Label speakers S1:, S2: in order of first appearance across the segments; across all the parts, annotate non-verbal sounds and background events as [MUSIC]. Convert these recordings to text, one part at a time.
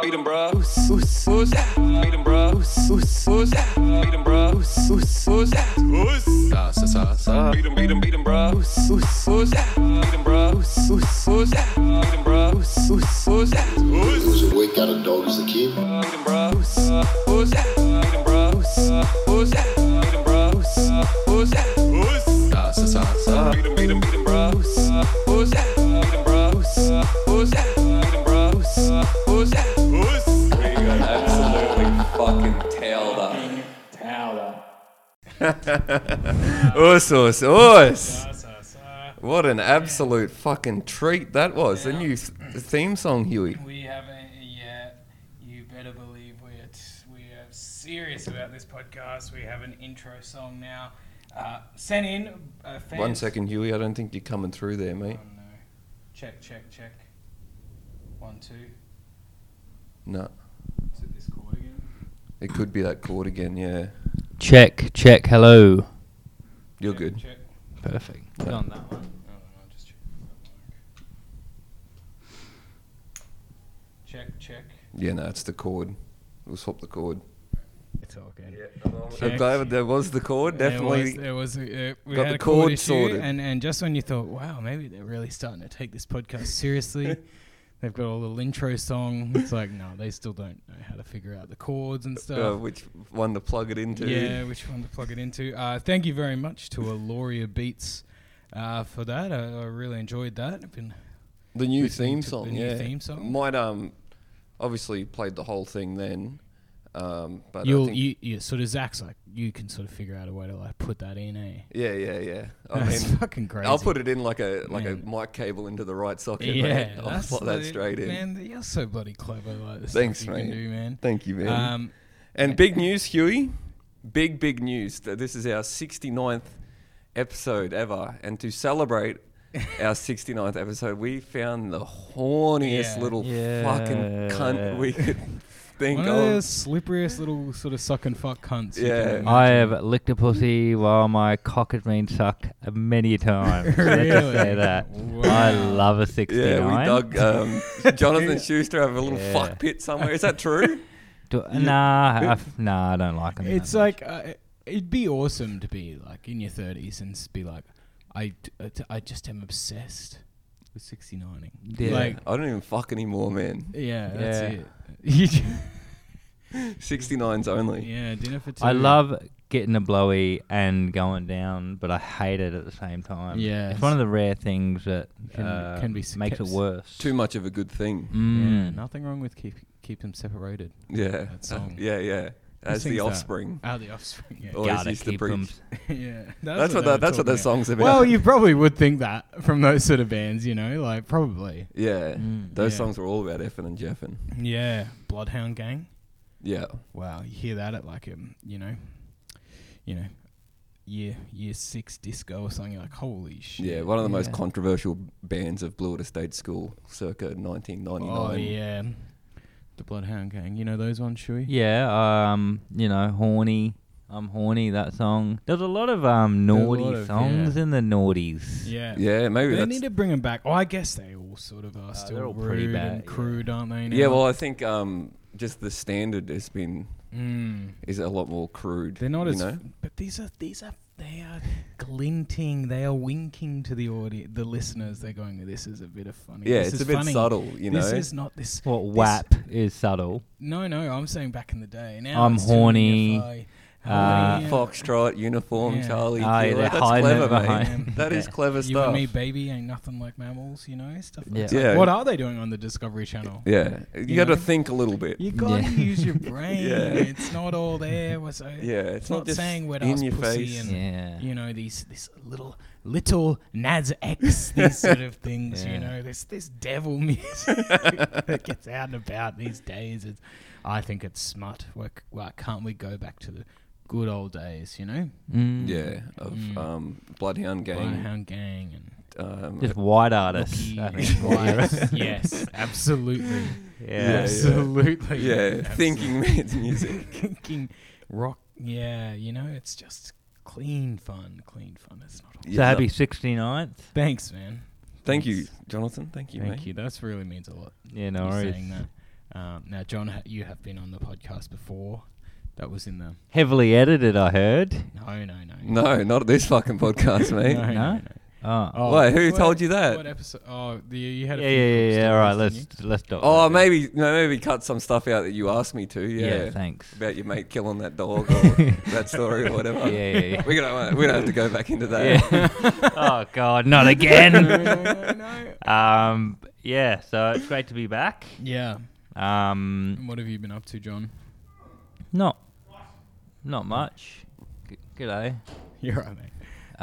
S1: Beat 'em, bruh. Oos, oos, oos. Beat 'em, bruh. Oos, oos, oos. Beat 'em, bruh. Oos, oos, oos. Oos.
S2: Ça, ça, ça, ça.
S1: Beat 'em, beat 'em, beat 'em, bruh. Oos, oos, oos. Beat 'em, bruh. Oos, oos, oos. Beat 'em, bruh. Oos, oos, oos. Oos.
S3: Was awake, got a dog as a kid.
S1: Beat 'em, bruh. Oos, oos. Beat 'em, bruh. Oos, oos. Beat 'em, bruh. Oos, oos. Oos.
S2: Ça, ça, ça, ça.
S1: Beat 'em, beat 'em, beat 'em, bruh. Oos, oos. Beat 'em, bruh. Oos, oos. Beat 'em, bruh. Oos, oos. Oos.
S4: absolutely fucking tailed up.
S2: Us, us, us. What an absolute fucking treat that was. The new th- theme song, Huey.
S5: We haven't yet. You better believe we're t- we are serious about this podcast. We have an intro song now. Uh, sent in. Uh, fans.
S2: One second, Huey. I don't think you're coming through there, mate.
S5: Oh, no. Check, check, check. One, two.
S2: No.
S5: Is it this chord again?
S2: It could be that chord again, yeah.
S6: Check, check, hello.
S2: You're
S5: Check,
S2: good.
S5: Check.
S6: Perfect. Put on that one.
S5: Oh, no, I'll just check. Check, check.
S2: Yeah, no, it's the chord. We'll swap the chord.
S5: It's all good.
S2: I'm
S5: Check.
S2: glad that was the chord, definitely.
S5: There was, there was a, uh, we
S2: got
S5: had
S2: the
S5: a chord
S2: chord
S5: issue,
S2: sorted.
S5: and and just when you thought, wow, maybe they're really starting to take this
S2: [LAUGHS]
S5: podcast seriously, they've got a little intro song. It's like, no, they still don't know how to figure out the chords and stuff.
S2: Uh, which one to plug it into.
S5: Yeah, which one to plug it into. Uh, thank you very much to Aloria Beats uh, for that. I, I really enjoyed that. I've been
S2: The new
S5: Listening
S2: theme
S5: to
S2: song.
S5: the new
S2: yeah.
S5: theme song.
S2: Might um, obviously played the whole thing then, um, but I
S5: you'll
S2: think,
S5: you, you sort of Zach's like you can sort of figure out a way to like put that in, eh?
S2: yeah, yeah, yeah. I
S5: That's
S2: mean,
S5: fucking crazy.
S2: I'll put it in like a like
S5: Man.
S2: a mic cable into the right socket.
S5: Yeah,
S2: mate. [LAUGHS] I'll slot that
S5: the-
S2: straight in.
S5: Man, you're so bloody clever. Like the
S2: Thanks,
S5: stuff you
S2: mate.
S5: Can do, man.
S2: Thank you, man.
S5: Um,
S2: and big news, Huey. Big big news. Th- This is our 69th episode ever, and to
S5: [LAUGHS]
S2: celebrate. Our 69th episode, we found the horniest
S5: Yeah.
S2: little
S6: Yeah.
S2: fucking cunt we could think
S5: one
S2: of.
S5: of those slipperiest little sort of suck and fuck cunts. you
S2: Yeah.
S5: can
S6: I
S5: imagine.
S6: have licked a pussy while my cock has been sucked many
S5: [LAUGHS]
S6: a time. Let's just
S5: Really?
S6: say that. I
S5: Wow.
S6: love a 69.
S2: Yeah, we dug
S6: [LAUGHS]
S2: um, Jonathan Schuster over a little
S6: Yeah.
S2: fuck pit somewhere. Is that
S6: [LAUGHS]
S2: true?
S6: Do, nah, I f- nah, I don't like them.
S5: It's
S6: that much.
S5: like uh, it'd be awesome to be like in your thirties and s- be like, I, d- I t- I just am obsessed with 69ing.
S6: Yeah.
S5: Like,
S2: I don't even fuck anymore, man.
S5: yeah, that's
S6: Yeah.
S5: it. [LAUGHS] You ju-
S2: 69s only.
S5: yeah, dinner for two.
S6: I love getting a blowy and going down, but I hate it at the same time.
S5: Yeah.
S6: It's one of the rare things that
S5: Can-
S6: uh,
S5: can be
S6: makes it
S5: kept-
S6: worse.
S2: Too much of a good thing.
S5: Yeah,
S6: Mm.
S5: nothing wrong with keep keep them separated.
S2: Yeah.
S5: That song.
S2: [LAUGHS] yeah, yeah. As
S5: sings
S2: the
S5: that.
S2: offspring.
S5: Ah, the offspring. Yeah,
S2: Always
S6: Gotta
S2: used to
S6: keep 'em
S2: preach.
S5: [LAUGHS] yeah.
S2: That's what
S5: they were
S2: that, that's what
S5: talking
S2: that
S5: about.
S2: song's about.
S5: Well, you probably would think that from those sort of bands, you know, like probably.
S2: yeah.
S6: Mm.
S2: Those
S5: Yeah.
S2: songs were all about effing and jeffing.
S5: Yeah, Bloodhound Gang.
S2: Yeah.
S5: Wow, you hear that at like um, you know, you know, year year six disco or something. You're like, holy shit.
S2: Yeah, one of the most
S6: Yeah.
S2: controversial bands of Blue Water State School circa 1999.
S5: Oh yeah, the Bloodhound Gang. You know those ones, Shui?
S6: Yeah, um, you know, horny. I'm horny. That song. There's a lot of um
S5: There's a
S6: naughty
S5: lot of-
S6: songs in the noughties.
S5: Yeah.
S2: Yeah, maybe
S5: They
S2: that's
S5: need to bring them back. Oh, I guess they all sort of are
S6: Uh,
S5: still
S6: they're all
S5: rude
S6: pretty bad,
S5: and
S6: yeah.
S5: crude, aren't they? Now?
S2: Yeah, well, I think um, just the standard has been
S5: Mm.
S2: is a lot more crude.
S5: They're not
S2: you
S5: as,
S2: know?
S5: f- but these are these are they are glinting. They are winking to the audience, the listeners. They're going, "This is a bit of funny.
S2: Yeah,
S5: this
S2: it's
S5: is
S2: a bit
S5: funny.
S2: subtle, you know.
S5: This is not this.
S6: What
S5: this-
S6: WAP is subtle.
S5: No, no. I'm saying back in the day. Now
S6: I'm
S5: it's too
S6: horny.
S5: unified.
S6: Uh,
S5: Horny,
S2: Foxtrot, uniform,
S5: Yeah.
S2: Charlie.
S6: Ah, yeah,
S2: Kilo.
S6: they're
S2: That's
S6: hiding
S2: clever,
S6: it
S2: mate.
S6: behind-
S2: [LAUGHS] That is
S6: Yeah.
S2: clever
S5: You
S2: stuff.
S5: and me, baby, ain't nothing like mammals. You know stuff. Like
S6: Yeah.
S5: that.
S2: Yeah.
S5: What are they doing on the Discovery Channel?
S2: yeah, you,
S5: You
S2: got
S5: know?
S2: to think a little bit.
S5: You gotta
S6: Yeah.
S2: [LAUGHS]
S5: use your brain.
S2: Yeah.
S5: It's not all there. what's- uh,
S2: yeah, it's,
S5: not
S2: just
S5: saying wet
S2: in
S5: ass
S2: your
S5: pussy
S2: face.
S5: and-
S6: Yeah.
S5: you know these this little little Nas X these sort of things you
S6: Yeah.
S5: know this this devil [LAUGHS] music that gets out and about these days it's, I think it's smut Why c- why can't we go back to the good old days you know
S6: Mm.
S2: Yeah, of
S5: Mm.
S2: um, Bloodhound
S5: [LAUGHS]
S2: Gang.
S5: Bloodhound Gang and
S2: Um,
S6: Just white artists. I
S5: Lucky
S6: [LAUGHS] think.
S5: [LAUGHS] White. yes absolutely
S6: Yeah.
S5: absolutely
S2: yeah,
S5: [LAUGHS]
S2: thinking man's music.
S5: thinking rock yeah you know it's just clean fun clean fun it's not all
S6: So
S2: Yeah,
S6: happy
S2: no,
S6: 69th.
S5: thanks man
S2: thank
S5: Thanks.
S2: you, Jonathan. Thank you,
S5: Thank
S2: mate.
S5: you. That's really means a lot.
S6: Yeah, no
S5: you
S6: worries.
S5: saying that. Um, now, John, ha- you have been on the podcast before. That was in the
S6: Heavily edited, I heard.
S5: no, no, no,
S2: No, not this fucking podcast, mate.
S5: No,
S6: No? Oh,
S5: Oh,
S2: Wait, who
S5: what-
S2: told you that?
S5: What episode? Oh, the, you had a
S6: yeah,
S5: few
S6: yeah,
S5: cool
S6: yeah, yeah. All right,
S5: stories,
S6: let's
S5: didn't
S6: let's stop.
S2: Oh,
S6: that there.
S2: maybe no, maybe cut some stuff out that you asked me to. Yeah,
S6: Yeah, thanks.
S2: about your mate killing that dog
S5: [LAUGHS]
S6: [LAUGHS]
S2: or that story or whatever.
S6: Yeah, yeah, yeah.
S2: we don't we uh, don't have to go back into that.
S6: Yeah.
S5: [LAUGHS]
S6: oh God, not
S5: you?
S6: again.
S5: no, no, no.
S6: um, yeah. So it's great to be back.
S5: [LAUGHS] Yeah.
S6: Um,
S5: And what have you been up to,
S6: [LAUGHS]
S5: John?
S6: not, not much. G- G'day.
S5: You're right, mate.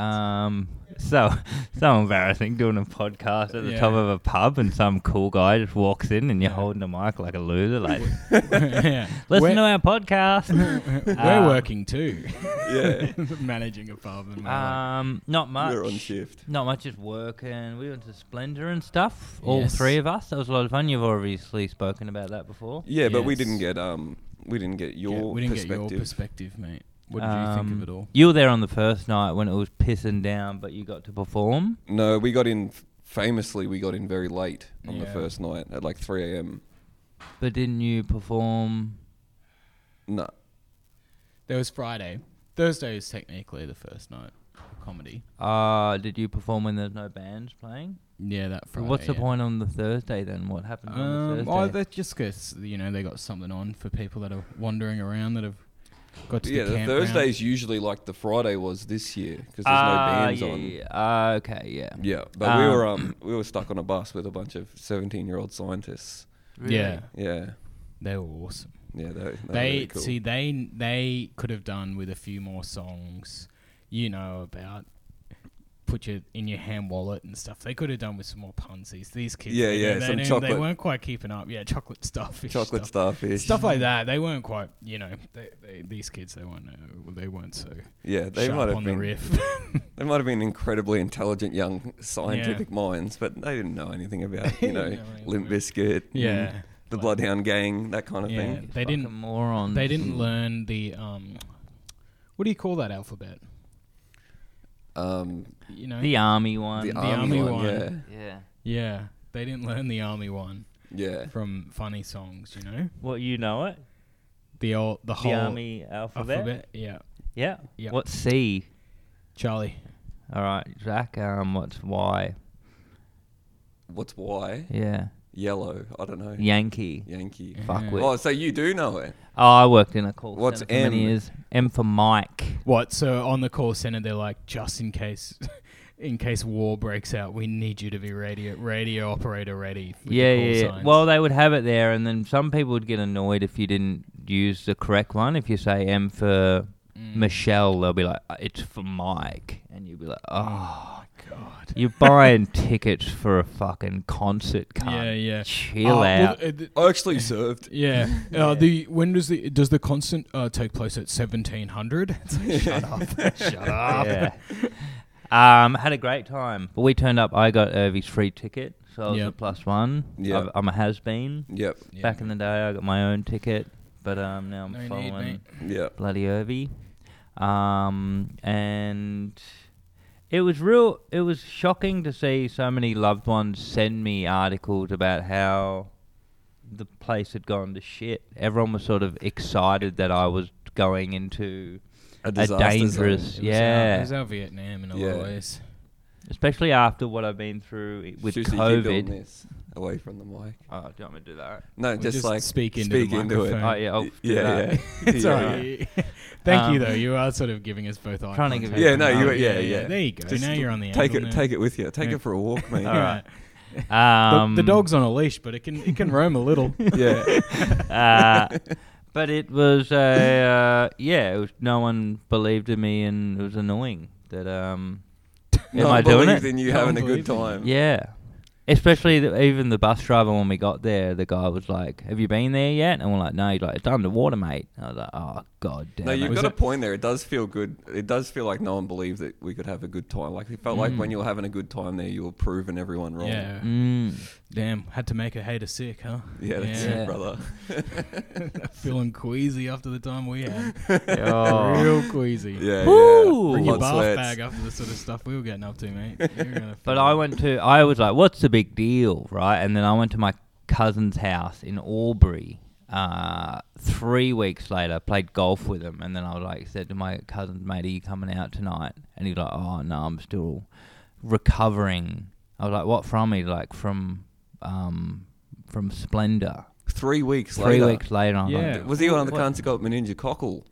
S6: Um, so, [LAUGHS] so embarrassing doing a podcast at the
S5: Yeah.
S6: top of a pub and some cool guy just walks in and you're holding a mic like a loser, like,
S5: [LAUGHS] yeah. [LAUGHS]
S6: [LAUGHS] listen
S5: we're,
S6: to our podcast.
S5: [LAUGHS] we're
S6: Ah.
S5: working too.
S2: Yeah.
S5: [LAUGHS] Managing a pub and we're like-
S6: um, not much.
S2: We're on shift.
S6: Not much, just working. We went to Splendor and stuff. All
S5: Yes.
S6: three of us. That was a lot of fun. You've obviously spoken about that before.
S2: Yeah, but we
S5: Yes.
S2: didn't get um we didn't get your
S5: Yeah, we didn't get
S2: perspective.
S5: your perspective, mate. What did you think of
S6: Um,
S5: it all?
S6: You were there on the first night when it was pissing down, but you got to perform.
S2: no, we got in famously we got in very late on the
S5: Yeah.
S2: first night at like 3 a.m.
S6: But didn't you perform?
S2: No.
S5: There was Friday. Thursday was technically the first night of comedy.
S6: Uh, did you perform when there's no bands playing?
S5: Yeah, that Friday.
S6: What's the
S5: yeah.
S6: point on the Thursday then? What happened on the
S5: Um,
S6: Thursday?
S5: oh, they just because you know they got something on for people that are wandering around that have got to
S2: yeah,
S5: the
S2: the
S5: campground.
S2: Thursday's usually like the Friday was this year because there's
S6: Ah,
S2: no bands
S6: yeah,
S2: on. Yeah,
S6: yeah, ah, okay, yeah.
S2: but we
S6: Um,
S2: were um we were stuck on a bus with a bunch of 17-year-old scientists.
S5: Yeah,
S2: Yeah.
S5: they were awesome.
S2: Yeah, they they,
S5: they
S2: really cool.
S5: see they they could have done with a few more songs, you know about put your in your hand wallet and stuff. They could have done with some more punsies. These kids,
S2: Yeah,
S5: they-
S2: yeah,
S5: they,
S2: some
S5: didn't- they,
S2: chocolate.
S5: weren't quite keeping up. Yeah, chocolate stuff,
S2: [LAUGHS]
S5: fish
S2: chocolate
S5: stuff,
S2: starfish.
S5: stuff like that. They weren't quite, you know, they, they, these kids. They weren't. Uh, they weren't so
S2: Yeah, they
S5: sharp
S2: might have
S5: on the
S2: been
S5: riff. [LAUGHS]
S2: They might have been incredibly intelligent young scientific minds, but they didn't know anything
S5: [LAUGHS]
S2: about, you know,
S5: didn't know anything
S2: Limp
S5: about-
S2: Bizkit,
S5: yeah.
S2: and the Bloodhound Gang, that kind of
S5: Yeah.
S2: thing.
S5: They
S6: Fucking
S5: didn't-
S6: morons.
S5: They didn't learn the um, what do you call that alphabet?
S2: Um,
S5: You know,
S6: The army one.
S2: the,
S5: the
S2: army,
S5: army
S2: one,
S5: one.
S2: yeah,
S6: yeah.
S5: yeah, they didn't learn the army one
S2: yeah.
S5: from funny songs. You know,
S6: What you know it?
S5: the old the
S6: The
S5: whole
S6: army alphabet.
S5: alphabet. Yeah,
S6: Yeah.
S5: Yeah.
S6: What's C?
S5: Charlie.
S6: All right, Zach. Um, what's Y?
S2: What's why
S6: Yeah.
S2: yellow? I don't know.
S6: Yankee.
S2: Yankee.
S6: Fuck with.
S2: Oh, so you do know it?
S6: Oh, I worked in a call
S2: What's
S6: center for many
S2: M?
S6: years. M for Mike.
S5: What? So on the call center, they're like, just in case, [LAUGHS] in case war breaks out, we need you to be radio radio operator ready. with the
S6: yeah,
S5: call
S6: yeah. yeah.
S5: signs."
S6: Well, they would have it there, and then some people would get annoyed if you didn't use the correct one. If you say M for
S5: Mm.
S6: Michelle, they'll be like, "Uh, "It's for Mike," and you'd be like,
S5: oh
S6: "Oh,
S5: god.
S6: you're buying tickets for a fucking concert, cunt.
S5: Yeah, yeah.
S6: Chill
S5: Uh, well,
S6: out."
S5: uh, th-
S2: I
S5: [LAUGHS]
S2: actually served.
S5: yeah. Uh, the when does the does the concert uh, take place at seventeen hundred? [LAUGHS] Shut up. Shut [LAUGHS] up.
S6: yeah. Ah. Um, had a great time. But we turned up. I got Irvy's free ticket, so I was a
S5: Yep.
S6: plus one.
S2: Yep.
S6: I've- I'm a has been.
S2: Yep,
S5: Yeah.
S6: Back in the day, I got my own ticket, but um, now I'm
S5: No need,
S6: following
S5: mate.
S2: yep.
S6: bloody Irvy. Um, and it was real. It was shocking to see so many loved ones send me articles about how the place had gone to shit. Everyone was sort of excited that I was going into
S2: A
S6: a
S2: disaster zone.
S6: dangerous,
S5: It was
S6: yeah,
S5: Our, it was our Vietnam in a lot
S2: Yeah.
S5: of ways.
S6: especially after what I've been through i- with
S2: Seriously, keep doing
S6: COVID.
S2: this away from the mic.
S6: Oh, do you want me to do that?
S2: No,
S5: Well,
S2: just,
S5: just
S2: like
S5: speak into the
S2: it.
S5: microphone.
S6: Oh yeah, I'll
S2: Y-
S6: do that.
S2: yeah, yeah.
S5: uh, [LAUGHS] It's
S2: Yeah.
S5: alright. [LAUGHS] Thank you
S6: Um,
S5: though. You are sort of giving us both eye
S6: Trying to give
S5: contact.
S6: you-
S2: Yeah, no, you,
S6: Um,
S2: yeah, yeah,
S5: Oh, There you go.
S2: Just
S5: now you're on the
S2: Take
S5: angle
S2: it,
S5: now.
S2: take it with you. Take
S5: Yeah.
S2: it for a
S5: [LAUGHS]
S2: walk, mate.
S6: All right.
S5: The-
S6: Um,
S5: the, dog's on a leash, but it can it can roam a little. [LAUGHS]
S2: Yeah,
S6: uh, but it was a uh, yeah. It was, no one believed in me, and it was annoying
S2: [LAUGHS]
S6: that um. am
S2: No,
S6: I doing
S2: believe
S6: it?
S2: in you
S5: No,
S2: having a
S5: believe
S2: good
S5: in you.
S2: time.
S6: Yeah, especially the, even the bus driver when we got there. The guy was like, "Have you been there yet?" And we're like, "No." He's like, "It's underwater, mate." And I was like, "Oh god damn."
S2: No,
S6: it."
S2: you've
S5: Was
S2: got a
S5: it-
S2: point there. It does feel good. It does feel like no one believed that we could have a good time. Like it felt like when you were having a good time there, you were proving everyone wrong.
S5: Mm. Yeah.
S2: [LAUGHS]
S6: Mm.
S5: Damn. Had to make a hater sick, huh?
S2: yeah, that's
S6: Yeah.
S2: it, brother.
S5: Feeling queasy after the time we had.
S6: Oh.
S5: Real queasy.
S2: Yeah,
S6: Woo!
S2: yeah.
S5: Bring your
S2: Hot
S5: bath
S2: sweats.
S5: bag after the sort of stuff we were [LAUGHS] getting up to, mate. You're gonna
S6: But
S5: feel-
S6: I went to, I was like, what's the big deal, right? And then I went to my cousin's house in Albury. Uh, three weeks later, played golf with him, and then I was like, said to my cousin, "Mate, are you coming out tonight?" And he's like, "Oh no, I'm still recovering." I was like, "What from?" He's like, "From um, from Splendor."
S4: Three weeks
S6: Three
S4: later.
S6: weeks later, I'm
S5: Yeah.
S6: like,
S4: Was he one of the
S6: What?
S4: cunts that got meningococcal?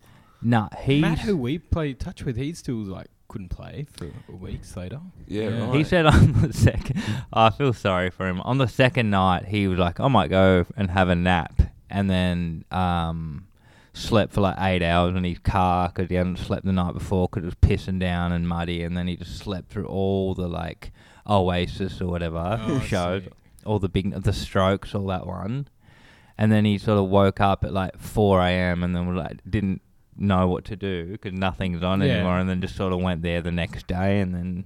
S6: "Nah, he's."
S5: Matt, who we played touch with, he still like couldn't play for weeks later.
S4: Yeah,
S5: Yeah.
S4: right.
S6: He said on the second, I feel sorry for him. On the second night, he was like, I might go and have a nap, and then um, slept for like eight hours in his car because he hadn't slept the night before because it was pissing down and muddy, and then he just slept through all the like Oasis or whatever
S5: Oh, I
S6: [LAUGHS] shows,
S5: see.
S6: all the big, the Strokes, all that one, and then he sort of woke up at like 4 a.m. and then was like didn't know what to do because nothing's on
S5: Yeah.
S6: anymore, and then just sort of went there the next day, and then.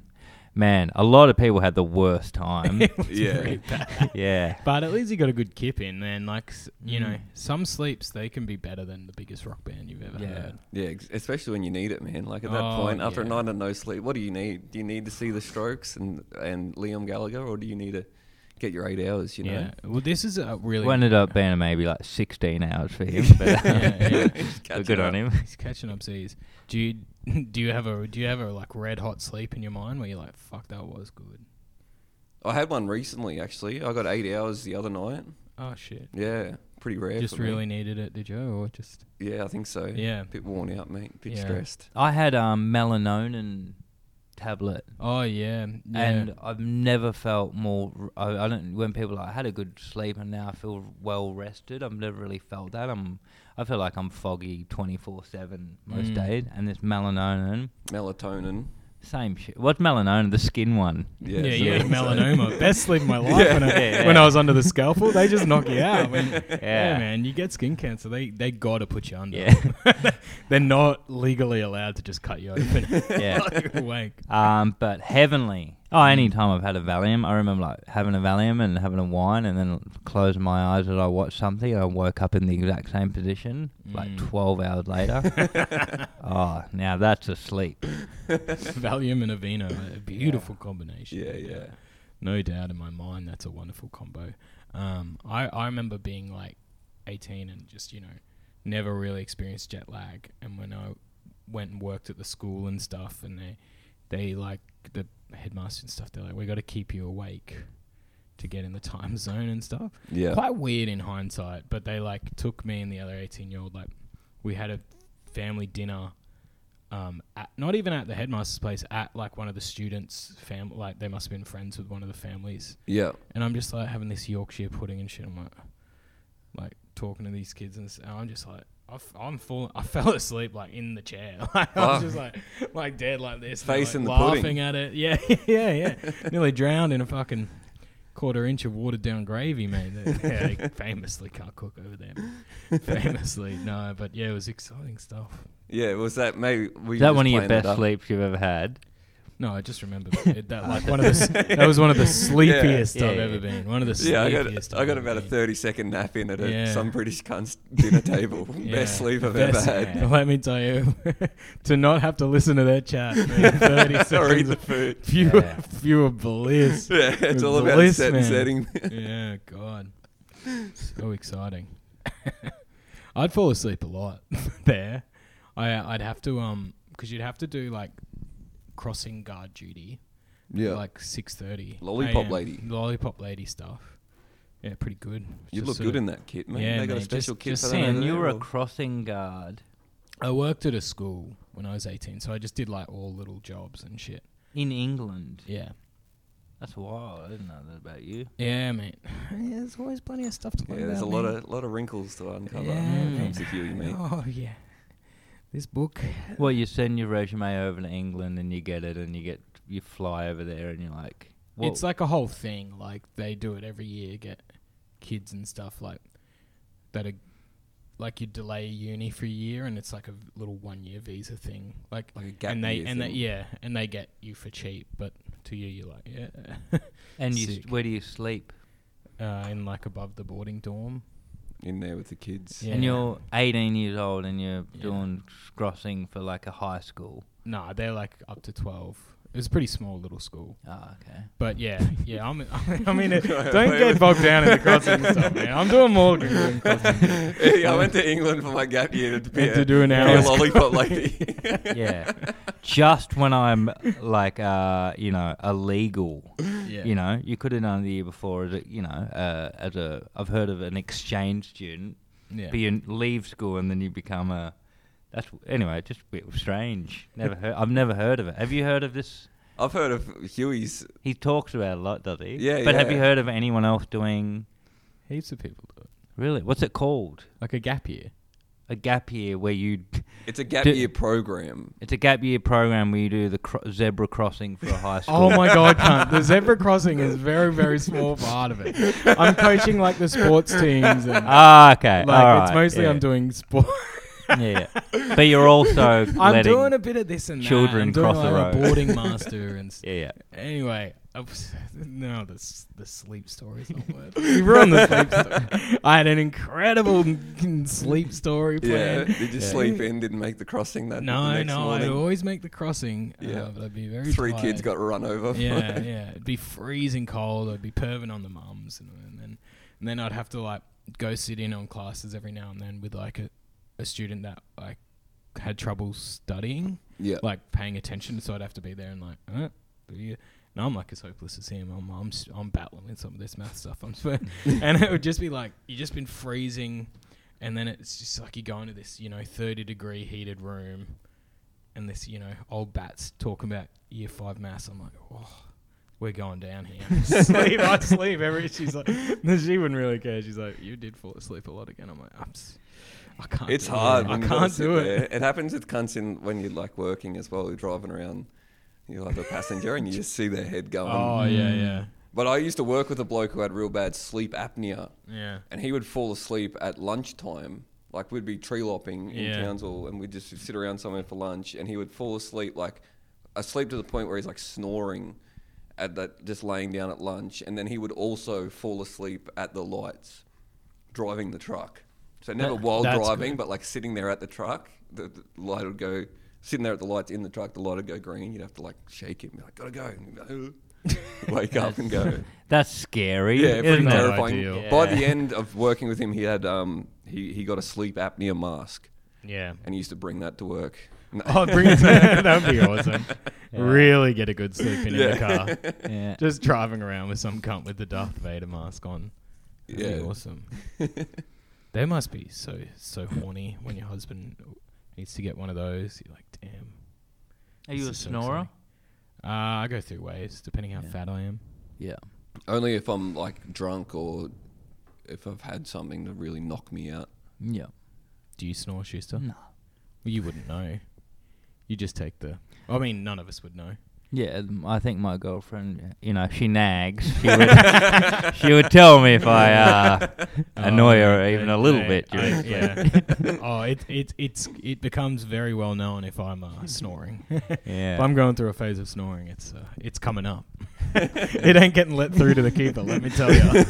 S6: Man, a lot of people had the worst time.
S5: [LAUGHS]
S4: Yeah.
S6: yeah.
S5: But at least he got a good kip in, man. Like s- you know,
S6: Mm.
S5: some sleeps they can be better than the biggest rock band you've ever
S6: Yeah.
S5: heard.
S4: Yeah, ex- especially when you need it, man. Like at that
S5: Oh,
S4: point, after a
S5: yeah.
S4: night of no sleep, what do you need? Do you need to see the Strokes and and Liam Gallagher, or do you need to get your eight hours? You know, [LAUGHS]
S5: Yeah. Well, this is a really
S6: We ended up being maybe like 16 hours for him. But [LAUGHS]
S5: Yeah, yeah.
S6: but good on him.
S5: He's catching up seas. Do you [LAUGHS] do you have a do you have a like red hot sleep in your mind where you're like, fuck, that was good.
S4: I had one recently, actually. I got eight hours the other night.
S5: Oh shit.
S4: Yeah, pretty rare.
S5: just
S4: for me.
S5: really needed it, did you? Or just
S4: Yeah, I think so.
S5: Yeah.
S4: bit worn out, mate. Bit
S5: Yeah.
S4: stressed.
S6: I had a um, melanonin tablet,
S5: oh yeah, yeah.
S6: and I've never felt more. r- I, I don't. When people are like, I had a good sleep and now I feel well rested, I've never really felt that. I'm. I feel like I'm foggy 24 7 most
S5: Mm.
S6: days. And this melanonin,
S4: Melatonin.
S6: same shit. What's melanonin? The skin one.
S4: Yeah,
S5: yeah,
S4: so-
S6: [LAUGHS]
S5: you had
S4: so-
S5: melanoma. Best sleep of my life when, I,
S6: Yeah,
S5: when
S6: yeah.
S5: I was under the scalpel. They just knock you out. When, yeah.
S6: Yeah.
S5: man, you get skin cancer. They they gotta put you under.
S6: Yeah.
S5: [LAUGHS] They're not legally allowed to just cut you open.
S6: [LAUGHS]
S5: [LAUGHS]
S6: yeah.
S5: Wank.
S6: Um, but heavenly. Oh, any time I've had a Valium, I remember like having a Valium and having a wine, and then closing my eyes as I watched something. and I woke up in the exact same position, like
S5: Mm.
S6: twelve hours later. [LAUGHS] oh, now that's a sleep.
S5: [LAUGHS] Valium and Aveeno, a beautiful combination.
S4: Yeah,
S5: no
S4: yeah.
S5: doubt. No doubt in my mind, that's a wonderful combo. Um, I, I remember being like 18 and just, you know, never really experienced jet lag. And when I went and worked at the school and stuff, and they, they like, the headmaster and stuff, they're like, we got to keep you awake to get in the time [LAUGHS] zone and stuff
S4: Yeah.
S5: quite weird in hindsight, but they like took me and the other 18 year old, like, we had a family dinner, um, at, not even at the headmaster's place, at like one of the students' family, like, they must have been friends with one of the families.
S4: Yeah.
S5: And I'm just like having this Yorkshire pudding and shit. I'm like, like talking to these kids, and, s- and I'm just like, I f- I'm falling. I [LAUGHS] fell asleep like in the chair. [LAUGHS] Like, I
S4: Fuck.
S5: was just like, like dead like this, and they're,
S4: Facing
S5: like,
S4: the pudding.
S5: laughing at it. Yeah, [LAUGHS] yeah, yeah. Nearly drowned in a fucking quarter inch of watered down gravy, mate. They, yeah,
S4: [LAUGHS]
S5: they famously can't cook over there. Famously, no, but yeah, it was exciting stuff.
S4: Yeah. Was that maybe? Were you
S6: Is that
S4: just
S6: one of your
S4: playing that
S6: best
S4: up?
S6: sleeps you've ever had?
S5: No, I just remember it, that like one
S4: [LAUGHS]
S5: of the s- that was one of the sleepiest
S6: Yeah,
S5: I've
S6: yeah.
S5: ever been. One of the
S4: Yeah, I
S5: sleepiest
S4: got I
S5: I've
S4: got
S5: ever
S4: about a
S5: been.
S4: thirty second nap in at a,
S5: Yeah.
S4: some British cunt's dinner table. [LAUGHS] Best
S5: Yeah.
S4: sleep I've
S5: Best-
S4: ever had.
S5: [LAUGHS] Let me tell you, to not have to listen to their chat for
S4: [LAUGHS]
S5: 30 seconds.
S4: or eat the
S5: of
S4: food.
S5: Pure,
S6: Yeah.
S5: pure
S4: [LAUGHS]
S5: bliss.
S4: Yeah, it's
S5: With
S4: all about
S5: bliss,
S4: set and
S5: man. [LAUGHS]
S4: setting.
S5: yeah, God. So exciting. I'd fall asleep a lot [LAUGHS] there. I, I'd have to, um, because you'd have to do like crossing guard duty.
S4: Yeah.
S5: Like 6.30.
S4: Lollipop
S5: AM,
S4: lady.
S5: Lollipop lady stuff. Yeah, pretty good.
S4: you
S5: Just
S4: look
S5: sort
S4: good
S5: of-
S4: in that kit, man.
S5: Yeah,
S4: they got a
S5: mate,
S4: special
S5: just-
S4: kit
S5: just
S4: for that.
S5: saying,
S4: over
S6: And you
S4: there,
S6: were a
S4: or-
S6: crossing guard
S5: I worked at a school when I was 18, so I just did like all little jobs and shit.
S6: in England.
S5: Yeah.
S6: That's wild. I didn't know that about you.
S5: Yeah, mate. [SIGHS] Yeah, there's always plenty of stuff to learn.
S4: yeah, there's a
S5: about,
S4: lot
S5: man.
S4: of lot of wrinkles to uncover.
S5: Yeah,
S4: when it
S5: man.
S4: comes to Huey, mate.
S5: Oh, yeah. This book.
S6: Well, you send your resume over to England and you get it, and you get you fly over there, and you're like, what-
S5: It's like a whole thing. Like, they do it every year, get kids and stuff like that are. Like you delay uni for a year, and it's like a little one-year visa thing. Like,
S4: Like a gap
S5: and they
S4: year
S5: and they
S4: thing.
S5: yeah, and they get you for cheap, but to you, you're like yeah, [LAUGHS]
S6: and you, s-
S5: sick.
S6: where do you sleep?
S5: uh, in like above the boarding dorm.
S4: In there with the kids. [LAUGHS]
S5: Yeah.
S6: and you're 18 years old and you're
S5: Yeah.
S6: doing crossing for like a high school.
S5: Nah, they're like up to twelve. It was a pretty small little school.
S6: Oh, okay.
S5: [LAUGHS] But yeah, yeah, I'm, [LAUGHS] I'm in it. Don't get bogged down in the crossing stuff, man. I'm doing more than
S6: [LAUGHS]
S5: crossing.
S4: I went [LAUGHS] to England for my gap year to, be
S5: Had
S4: a-
S5: to do an
S4: be a
S5: hour's-
S4: lollipop
S5: [LAUGHS]
S4: lady.
S6: Yeah. Just when I'm like, uh, you know, illegal.
S5: Yeah.
S6: You know, you could have done it the year before as a, you know, uh, as a. I've heard of an exchange student.
S5: Yeah.
S6: But you leave school and then you become a. That's anyway, just a bit strange. Never heard. I've never heard of it. Have you heard of this?
S4: I've heard of Huey's.
S6: He talks about it a lot, does he?
S4: Yeah,
S6: But have you
S4: yeah.
S6: heard of anyone else doing?
S5: Heaps of people do it.
S6: Really, what's it called?
S5: Like a gap year.
S6: A gap year where you.
S4: It's a gap
S6: Do-
S4: year program.
S6: It's a gap year program where you do the cro- zebra crossing for a high school.
S5: [LAUGHS] Oh my god, cunt. The zebra crossing is a very, very small part of it. I'm coaching like the sports teams
S6: [LAUGHS]
S5: and
S6: [LAUGHS] Ah, okay.
S5: like
S6: all
S5: it's
S6: right,
S5: mostly
S6: yeah,
S5: I'm doing sport.
S6: Yeah,
S5: [LAUGHS]
S6: yeah. but you're also
S5: I'm
S6: letting.
S5: doing a bit of this and that.
S6: children
S5: I'm doing
S6: cross the
S5: like
S6: road.
S5: A
S6: [LAUGHS]
S5: boarding master and s-
S6: yeah, yeah.
S5: anyway. I was- [LAUGHS] No, the s- the sleep
S4: [LAUGHS]
S5: story's not worth. You ruined the sleep story. I had an incredible [LAUGHS] sleep story
S4: Yeah.
S5: plan.
S4: Did you sleep in? Didn't make the crossing that the
S5: No,
S4: next
S5: no, I
S4: morning.
S5: always make the crossing. Yeah,
S4: Yeah.
S5: but I'd be very
S4: Three
S5: tired.
S4: kids got run over.
S5: yeah, yeah. It'd be freezing cold. I'd be perving on the mums, and, and then and then I'd have to like go sit in on classes every now and then with like a, a student that like had trouble studying,
S4: Yeah.
S5: like paying attention. So I'd have to be there and like, uh, do you? And I'm like as hopeless as him. I'm I'm s- I'm battling with some of this math stuff. I'm [LAUGHS] swear- and it would just be like you just been freezing, and then it's just like you go into this you know 30 degree heated room and this, you know, old bats talking about year five maths. I'm like, oh, we're going down here. [LAUGHS] sleep, I sleep every. She's like, [LAUGHS] no, she wouldn't really care. She's like, you did fall asleep a lot again. I'm like, I'm, s- I
S4: [LAUGHS]
S5: can't.
S4: It's
S5: do it.
S4: hard.
S5: I
S4: when you
S5: can't
S4: gotta
S5: do
S4: sit
S5: it.
S4: there. It happens with cunts in when you're like working as well. You're driving around, you're like a passenger, and you just see their head going.
S5: Oh yeah, yeah,
S4: But I used to work with a bloke who had real bad sleep apnea,
S5: yeah.
S4: and he would fall asleep at lunchtime. Like we'd be tree lopping in
S5: Yeah.
S4: Townsville, and we'd just sit around somewhere for lunch, and he would fall asleep like asleep to the point where he's like snoring at that just laying down at lunch, and then he would also fall asleep at the lights driving the truck. So never
S5: That-
S4: while
S5: that's
S4: driving,
S5: good.
S4: but like sitting there at the truck, the, the light would go sitting there at the lights in the truck. The light would go green. You'd have to like shake him, be like gotta go, and he'd
S5: [LAUGHS]
S4: be like, wake up and go.
S6: That's scary.
S5: [LAUGHS]
S4: Yeah, pretty
S6: isn't it?
S4: terrifying.
S5: ideal.
S4: By
S6: Yeah.
S4: the end of working with him, he had um he, he got a sleep apnea mask
S5: Yeah.
S4: and he used to bring that to work. No.
S5: Oh, bring [LAUGHS] it. To, that'd be [LAUGHS] awesome. Really get a good sleep in, in the
S4: [LAUGHS]
S5: car.
S6: Yeah.
S5: Just driving around with some cunt with the Darth Vader mask on. That'd
S4: yeah,
S5: be awesome. they must be so so horny when your husband needs to get one of those. You're like, damn.
S6: Are you a
S5: This is so
S6: snorer?
S5: exciting. Uh, I go through waves depending how fat I am.
S6: Yeah.
S4: only if I'm like drunk or if I've had something to really knock me [LAUGHS] out.
S6: Yeah.
S5: Do you snore, Schuster?
S6: No.
S5: Well, you wouldn't know. You just take the. I mean, none of us would know.
S6: Yeah, m- I think my girlfriend, you know, she nags. She would, [LAUGHS] she would tell me if I uh,
S4: [LAUGHS]
S6: [LAUGHS] annoy her even a little bit. during
S5: Oh, I,
S6: sleep. [LAUGHS]
S5: yeah. oh, it it it's it becomes very well known if I'm uh, snoring. [LAUGHS]
S6: Yeah.
S5: If I'm going through a phase of snoring, it's uh, it's coming up. [LAUGHS] it ain't getting let through to the keeper. Let me tell
S6: [LAUGHS]
S5: you.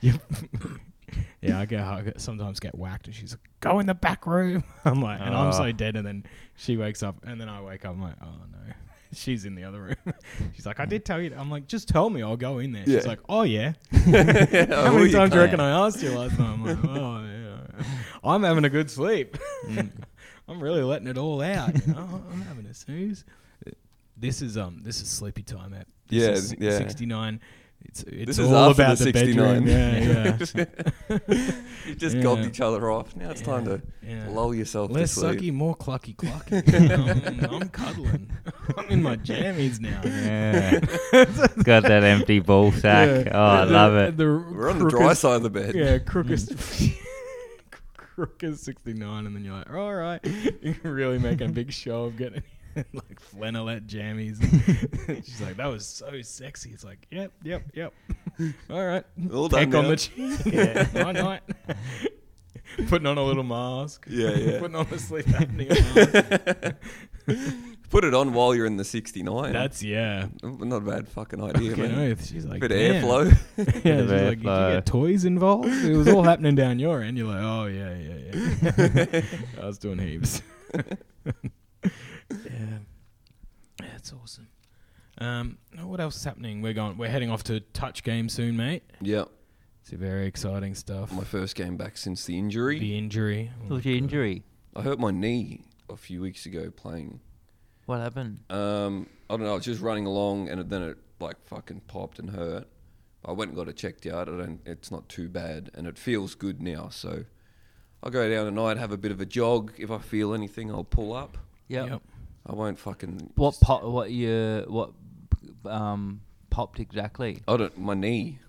S5: you [LAUGHS] yeah, I get I get- sometimes get whacked, and she's like, "Go in the back room." [LAUGHS] I'm like, and I'm
S6: Oh.
S5: so dead, and then she wakes up, and then I wake up. I'm like, "Oh no." [LAUGHS] She's in the other room. [LAUGHS] She's like, I did tell you. that." I'm like, just tell me. I'll go in there. She's
S4: Yeah.
S5: like, oh, yeah.
S4: Oh,
S5: How many
S4: you
S5: times do you
S6: can't.
S5: reckon I asked you last night? I'm
S4: [LAUGHS]
S5: like, oh, yeah. I'm having a good sleep.
S4: Mm.
S5: [LAUGHS] I'm really letting it all out. You know? I'm having a snooze. This is um, this is sleepy time at this
S4: Yeah,
S5: is si-
S4: yeah.
S5: 69. It's it's
S4: This is
S5: all
S4: after
S5: about
S4: the
S5: the, bedroom.
S4: 69. [LAUGHS]
S5: Yeah, yeah.
S4: You just
S5: Yeah.
S4: gobbed each other off. Now it's time to
S5: yeah.
S4: lull yourself
S5: Less
S4: to sleep.
S5: sucky, more
S4: [LAUGHS]
S5: clucky clucky. [LAUGHS] I'm, I'm cuddling. I'm in my jammies now.
S6: Yeah. Got that
S5: [LAUGHS]
S6: empty ball sack. Oh, I
S5: The-
S6: love it.
S5: the
S4: We're on the dry
S5: crookest-
S4: side of the bed.
S5: [LAUGHS] Yeah, Crookus. Crookus 69, and then you're like, all right. [LAUGHS] You can really make a [LAUGHS] big show of getting like flannelette [LAUGHS] jammies. She's like, that was so sexy. It's like, yep, yep, [LAUGHS] yep. All right.
S4: All done
S5: Take on
S4: now.
S5: the cheese. [LAUGHS] Yeah. Night, night. Putting on a little mask.
S4: Yeah, yeah.
S5: [LAUGHS] Putting on a sleep apnea mask.
S4: [LAUGHS] Put it on while you're in the 69.
S5: That's, yeah.
S4: not a bad fucking idea,
S5: Fucking
S4: man.
S5: oath. She's like,
S4: Bit of
S5: damn. [LAUGHS]
S4: airflow.
S5: Yeah,
S6: Bit of
S5: she's like, did you
S6: airflow.
S5: get toys involved? It was all happening down your end. You're like, oh yeah, yeah, yeah. I was doing heaps. yeah, that's awesome. Um, what else is happening? We're going. We're heading off to touch game soon, mate.
S4: Yeah,
S5: It's very exciting stuff.
S4: my first game back since the injury.
S5: The injury.
S6: What was your injury?
S4: I hurt my knee a few weeks ago playing.
S6: What happened?
S4: Um, I don't know. I was just running along, and then it like fucking popped and hurt. I went and got it checked out. I don't. It's not too bad, and it feels good now. So I'll go down tonight, have a bit of a jog. If I feel anything, I'll pull up.
S6: Yep.
S5: Yep.
S4: I won't fucking.
S6: What pop? What you? What um popped exactly?
S4: I don't. My knee.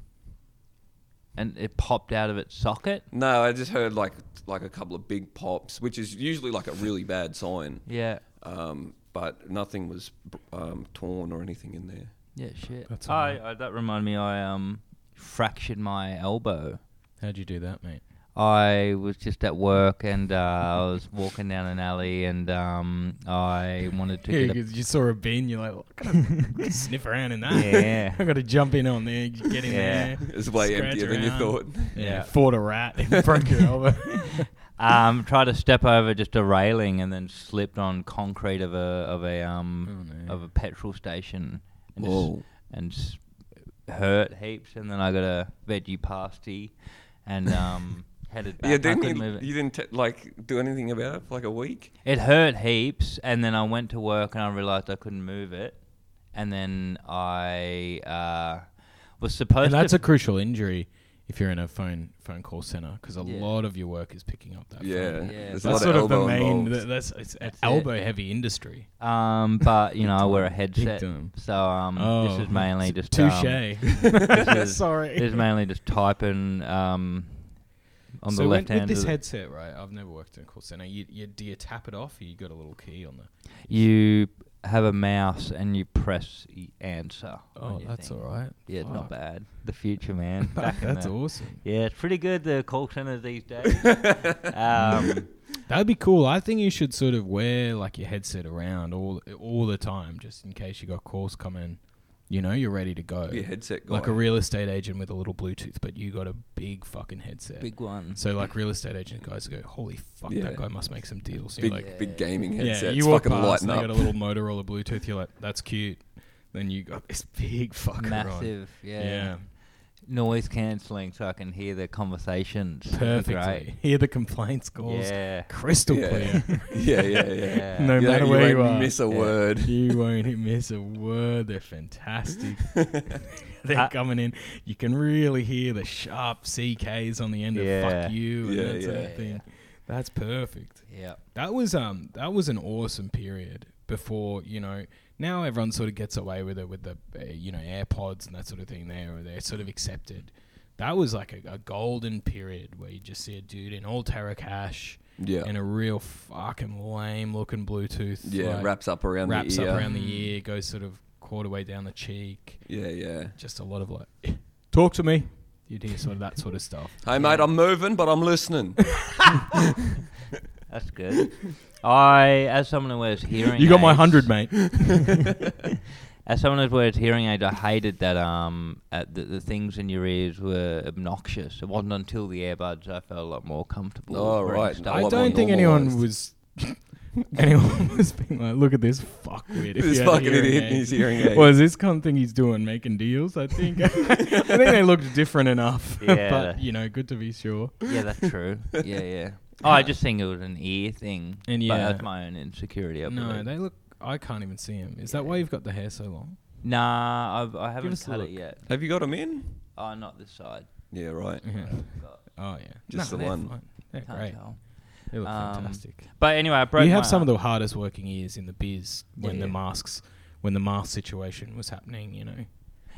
S6: And it popped out of its socket.
S4: No, I just heard like like a couple of big pops, which is usually like a really bad sign.
S6: Yeah.
S4: Um, but nothing was um, torn or anything in there.
S6: Yeah. Shit.
S5: That's
S6: I, I uh, that reminded me. I um fractured my elbow.
S5: How'd you do that, mate?
S6: I was just at work and uh, I was walking down an alley and um, I wanted to
S5: Yeah,
S6: get a
S5: 'cause you saw a bin, you're like, well, I
S4: [LAUGHS]
S5: gotta sniff around in that.
S6: Yeah.
S5: [LAUGHS] I gotta jump in on there, get in
S6: Yeah.
S5: there.
S4: It's way
S5: scratch
S4: emptier than you
S5: around.
S4: thought.
S5: Yeah.
S6: Yeah.
S5: Fought a rat and broke your elbow.
S4: [LAUGHS]
S6: um, try to step over just a railing and then slipped on concrete of a of a um
S5: Oh, no.
S6: of a petrol station and just-
S4: Whoa.
S6: and s hurt heaps and then I got a veggie pasty and
S5: [LAUGHS]
S6: um headed back.
S4: Yeah,
S6: I
S4: didn't
S6: couldn't
S4: you,
S6: move it.
S4: you didn't t- like do anything about it for like a week?
S6: It hurt heaps, and then I went to work and I realized I couldn't move it, and then I uh, was supposed
S5: and that's
S6: to.
S5: a crucial injury if you're in a phone phone call center because a
S6: Yeah.
S5: lot of your work is picking up that.
S4: Yeah,
S5: phone.
S4: there's a
S5: That's
S4: lot
S5: sort
S4: of
S5: of
S4: elbow
S5: the main.
S4: involved.
S5: th- That's it's an
S6: That's it.
S5: elbow heavy industry.
S6: um, but you know I wear a
S5: Big time, big
S6: headset,
S5: time.
S6: so um,
S5: Oh,
S6: this is mainly just Um,
S5: [LAUGHS] touche.
S6: this is-
S5: Sorry.
S6: This is mainly just typing um, on
S5: so
S6: the
S5: when-
S6: left hand.
S5: with this
S6: of the-
S5: headset, right? I've never worked in a call center. You, you do you tap it off? Or you got a little key on the.
S6: you have a mouse and you press y- answer. on
S5: Oh,
S6: your
S5: that's
S6: thing.
S5: all right.
S6: Yeah, it's
S5: Fuck. [LAUGHS]
S6: not bad. The future, man. Back in
S5: That's
S6: the-
S5: awesome.
S6: Yeah, it's pretty good. The call centers
S5: [LAUGHS]
S6: these days. um,
S5: That'd be cool. I think you should sort of wear like your headset around all all the time, just in case you got calls coming. You know, you're ready to go.
S4: Be a headset guy.
S5: like a real estate agent with a little Bluetooth, but you got a big fucking headset.
S6: big one.
S5: So like real estate agent guys go, holy fuck,
S4: Yeah.
S5: that guy must make some deals. You're
S4: big,
S5: like,
S4: big gaming
S5: yeah,
S4: headset.
S5: you
S4: it's
S5: walk
S4: fucking
S5: past
S4: lighting
S5: and they
S4: up.
S5: got a little Motorola Bluetooth. You're like, that's cute. Then you got this big fucking
S6: Massive, yeah.
S5: Yeah.
S6: Noise cancelling, so I can hear the conversations. That'd
S5: perfectly.
S6: be great.
S5: Hear the complaints calls. [LAUGHS]
S6: Yeah.
S4: [LAUGHS]
S5: Crystal
S4: yeah.
S5: clear.
S4: yeah, yeah, yeah.
S6: Yeah.
S5: no
S4: You
S5: matter
S4: don't- you
S5: where
S4: won't
S5: you are.
S4: miss a
S6: Yeah.
S4: word.
S5: You won't miss a word.
S4: [LAUGHS]
S5: They're fantastic. [LAUGHS] They're
S6: Uh,
S5: coming in. You can really hear the sharp CKs on the end of
S6: Yeah.
S5: "fuck you" and
S4: Yeah,
S5: that sort
S4: yeah.
S5: of thing. That's perfect.
S6: Yeah.
S5: That was um that was an awesome period before you know. Now everyone sort of gets away with it with the uh, you know AirPods and that sort of thing. There, they're sort of accepted. That was like a, a golden period where you just see a dude in all Terra Cash
S4: Yeah.
S5: and a real fucking lame looking Bluetooth.
S4: Yeah,
S5: like,
S4: wraps up around
S5: wraps
S4: the ear. Mm.
S5: up around the ear, goes sort of quarter way down the cheek.
S4: yeah, yeah.
S5: Just a lot of like, [LAUGHS] talk to me. You'd hear sort of that sort of stuff.
S4: [LAUGHS] Hey mate, I'm moving, but I'm
S5: [LAUGHS]
S4: listening.
S6: That's good. I, as someone who
S5: [LAUGHS]
S6: wears hearing,
S5: You got my
S6: aids-
S5: hundred, mate.
S4: [LAUGHS]
S6: As someone who wears hearing aids, I hated that. Um, at the, the things in your ears were obnoxious. It wasn't until the earbuds I felt a lot more comfortable.
S4: Oh,
S6: wearing
S4: right.
S6: stuff.
S4: I
S5: I
S4: lot
S5: don't
S4: more
S5: think anyone
S4: normalised.
S5: was. [LAUGHS] Anyone was being like, "Look at this fuckwit! if
S4: this
S5: he had a
S4: fucking
S5: hearing
S4: idiot
S5: aid."
S4: in his hearing aid.
S5: What is this kind of thing he's doing, making deals? I think. [LAUGHS] I think they looked different enough. [LAUGHS]
S6: Yeah.
S5: but you know, good to be sure.
S6: Yeah, that's true. yeah, yeah. Oh, I just think it was an ear thing.
S5: And
S6: but
S5: yeah.
S6: that's my own insecurity. I
S5: No,
S6: believe.
S5: they look. I can't even see him. Is that why you've got the hair so long?
S6: nah, I've, I haven't
S5: us a
S6: cut
S5: look.
S6: it yet.
S4: Have you got him in?
S6: Oh, not this side.
S4: Yeah, right.
S5: [LAUGHS] Oh yeah,
S4: Just the
S5: they're
S4: one.
S5: fine. They're
S6: Can't
S5: great.
S6: tell.
S5: They look
S6: Um,
S5: fantastic.
S6: But anyway, I broke.
S5: you have
S6: my
S5: some of
S6: arm.
S5: the hardest working ears in the biz when the
S6: Yeah.
S5: masks, when the mask situation was happening. You know.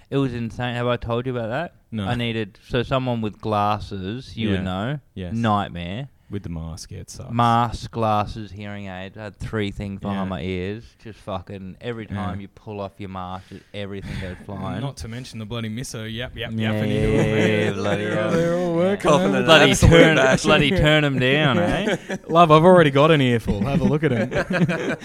S6: It was insane. Have I told you about that?
S5: No.
S6: I needed so someone with glasses. You
S5: Yeah.
S6: would know.
S5: Yes.
S6: Nightmare.
S5: With the mask, yeah, it sucks.
S6: Mask, glasses, hearing aids. I had three things behind
S5: Yeah.
S6: my ears. Just fucking every
S5: Yeah.
S6: time you pull off your mask, just everything
S5: [LAUGHS]
S6: goes flying.
S5: Not to mention the bloody miso. Yep, yep,
S6: Yeah,
S5: yep. [LAUGHS]
S6: yeah, [LAUGHS] yeah, bloody hell.
S5: They're all working.
S4: Coughing it
S5: over the-
S4: up.
S6: bloody
S4: absolute [LAUGHS]
S6: turn,
S4: bash.
S6: bloody turn them down, eh?
S5: [LAUGHS] Love, I've already got an earful. Have a look at
S6: [LAUGHS]
S5: him.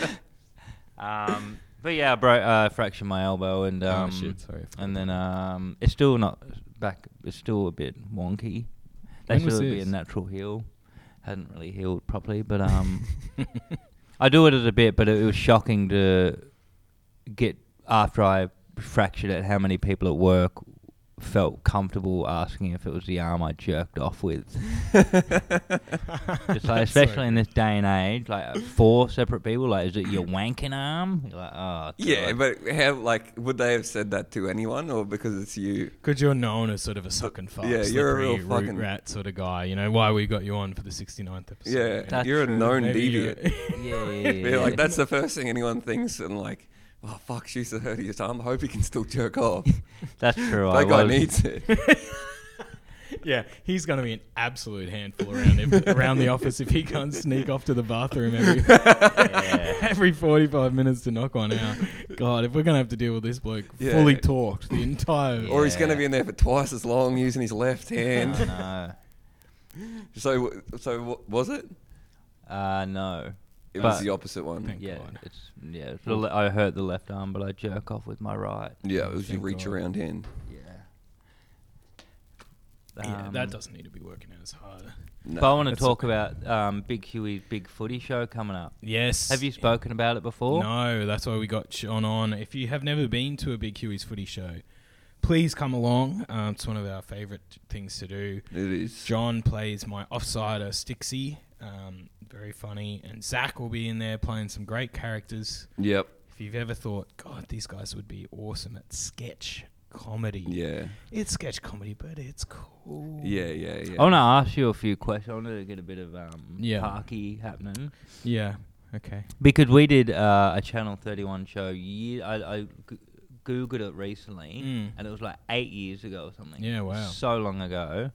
S6: Um, but yeah, I broke, uh, fractured my elbow, and um,
S5: Oh, shit, sorry, I forgot
S6: and then um, it's still not back. It's still a bit wonky. They
S5: When
S6: said
S5: was
S6: it would be a
S5: this?
S6: natural heal. Hadn't really healed properly, but [LAUGHS] um, I do it as a bit. But it, was shocking to get after I fractured it, how many people at work felt comfortable asking if it was the arm I jerked off with. It's like, especially in this day and age, like four separate people, like, is it your wanking arm? You're like, oh,
S4: Yeah,
S6: God.
S4: but how like would they have said that to anyone or because it's you?
S5: Because you're known as sort of a suck and fuck,
S4: yeah, you're a real
S5: slippery root
S4: fucking-
S5: rat sort of guy. You know why we got you on for the 69th episode.
S4: Yeah,
S5: you know?
S6: That's
S4: you're a
S6: true.
S4: known deviant.
S5: Maybe you're-
S6: yeah, yeah, yeah,
S4: [LAUGHS] Yeah, like
S6: yeah.
S4: that's the first thing anyone thinks, and like, oh fuck, she's the hurtiest arm. I hope he can still jerk off.
S6: That's true. I
S4: that guy
S6: was-
S4: needs it.
S5: [LAUGHS] yeah, he's gonna be an absolute handful around him, around the office if he can't sneak off to the bathroom
S6: [LAUGHS]
S5: every
S6: [LAUGHS]
S5: [LAUGHS]
S6: Yeah.
S5: every 45 minutes to knock one out. God, if we're gonna have to deal with this bloke
S4: Yeah.
S5: fully talked the entire
S6: Yeah.
S4: Or he's going to be in there for twice as long using his left
S5: [LAUGHS]
S4: hand.
S6: Oh, no.
S4: So, w- so w- was it?
S6: Uh, no.
S4: It
S6: But-
S4: was the opposite one.
S5: Thank
S6: Yeah,
S5: God.
S6: it's yeah. It's the le- I hurt the left arm, but I jerk off with my right.
S4: Yeah, it was your
S5: Thank
S4: reach
S5: God.
S4: around hand.
S6: Yeah.
S5: Yeah, that doesn't need to be working as hard.
S4: No.
S6: But I want to
S5: Um, That's
S6: talk about um, Big Huey's Big Footy show coming up.
S5: Yes.
S6: Have you spoken about it before?
S5: No, that's why we got Sean on. If you have never been to a Big Huey's footy show, please come along. Um, it's one of our favourite things to do.
S4: It is.
S5: John plays my offsider, Stixie. Um, very funny. And Zach will be in there playing some great characters.
S4: Yep.
S5: If you've ever thought, God, these guys would be awesome at sketch comedy.
S4: Yeah.
S5: It's sketch comedy, but it's cool.
S4: Yeah. Yeah. Yeah.
S6: I
S5: Oh,
S6: want to ask you a few questions. I want to get a bit of um,
S5: Yeah.
S6: parky happening
S5: Yeah. Okay.
S6: because we did uh, a Channel Thirty One show. Year, I, I g- googled it recently,
S5: Mm.
S6: and it was like eight years ago or something.
S5: Yeah, wow.
S6: so long ago.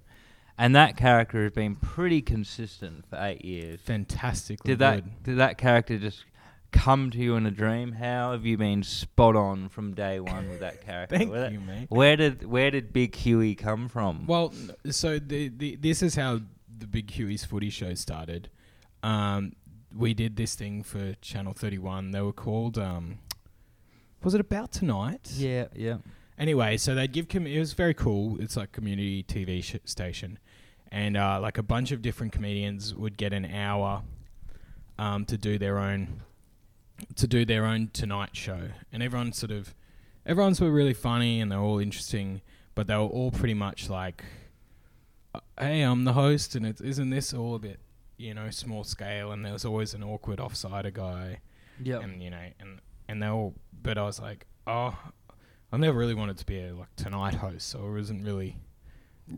S6: And that character has been pretty consistent for eight years.
S5: Fantastically
S6: Did that [LAUGHS]
S5: good.
S6: did that character just come to you in a dream? How have you been spot on from day one
S5: [LAUGHS]
S6: with that character?
S5: Thank
S6: Where that-
S5: you, mate.
S6: Where did where did Big Huey come from?
S5: Well, n- so the, the this is how the Big Huey's Footy Show started. Um, we did this thing for Channel Thirty One. They were called. Um, was it about tonight?
S6: yeah, yeah.
S5: Anyway, so they'd give com- it was very cool. It's like community TV sh- station, and uh, like a bunch of different comedians would get an hour um, to do their own to do their own tonight show, and everyone sort of everyone's were really funny and they're all interesting, but they were all pretty much like, uh, "Hey, I'm the host," and it isn't this all a bit you know small scale, and there was always an awkward offsider guy
S6: Yep.
S5: and you know, and and they all. But I was like, oh, I've never really wanted to be a like tonight host, so it wasn't really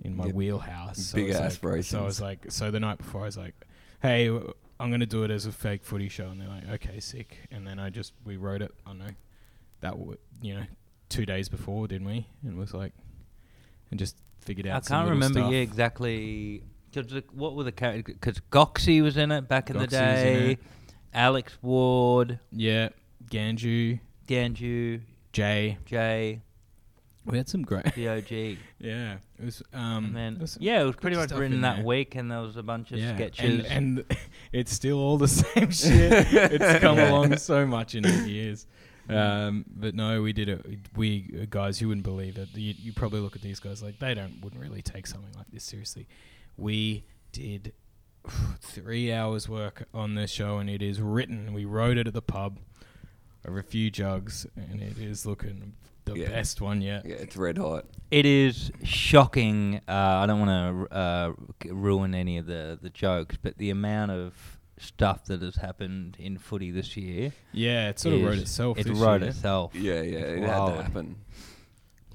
S5: in my
S4: Yep.
S5: wheelhouse. So I
S4: Big
S5: was like- So I
S4: aspirations.
S5: was like, so the night before, I was like, hey, w- I'm gonna do it as a fake footy show, and they're like, okay, sick. And then I just we wrote it. I don't know that w- you know two days before, didn't we? And it was like, and just figured out.
S6: I
S5: some
S6: can't
S5: little
S6: remember
S5: stuff.
S6: yeah exactly. 'Cause the- what were the characters? Because Goxie was in it back in the
S5: Goxie was in
S6: day.
S5: it.
S6: Alex Ward,
S5: Yeah, Ganju,
S6: Danju,
S5: Jay.
S6: Jay,
S5: We had some great.
S6: the OG.
S5: [LAUGHS] Yeah, it was. Um,
S6: And then,
S5: there's some
S6: yeah, it was
S5: good
S6: pretty much
S5: stuff
S6: written
S5: in
S6: that
S5: there.
S6: week, and there was a bunch of
S5: And,
S6: sketches.
S5: and [LAUGHS] it's still all the [LAUGHS] same shit. it's come along so much in eight years.
S6: Mm.
S5: Um, but no, we did it. We uh, guys, you wouldn't believe it. You, you probably look at these guys like they don't wouldn't really take something like this seriously. We did [SIGHS] three hours work on this show, and it is written. We wrote it at the pub over a few jugs, and it is looking the
S4: Yeah.
S5: best one yet.
S4: Yeah, it's red hot.
S6: It is shocking. Uh, I don't want to uh, g- ruin any of the, the jokes, but the amount of stuff that has happened in footy this year.
S5: Yeah, it sort of wrote
S6: is-
S5: itself.
S6: It
S5: this
S6: wrote
S5: year.
S6: itself.
S4: Yeah. Yeah.
S6: It's
S4: It had
S6: wild.
S4: to happen.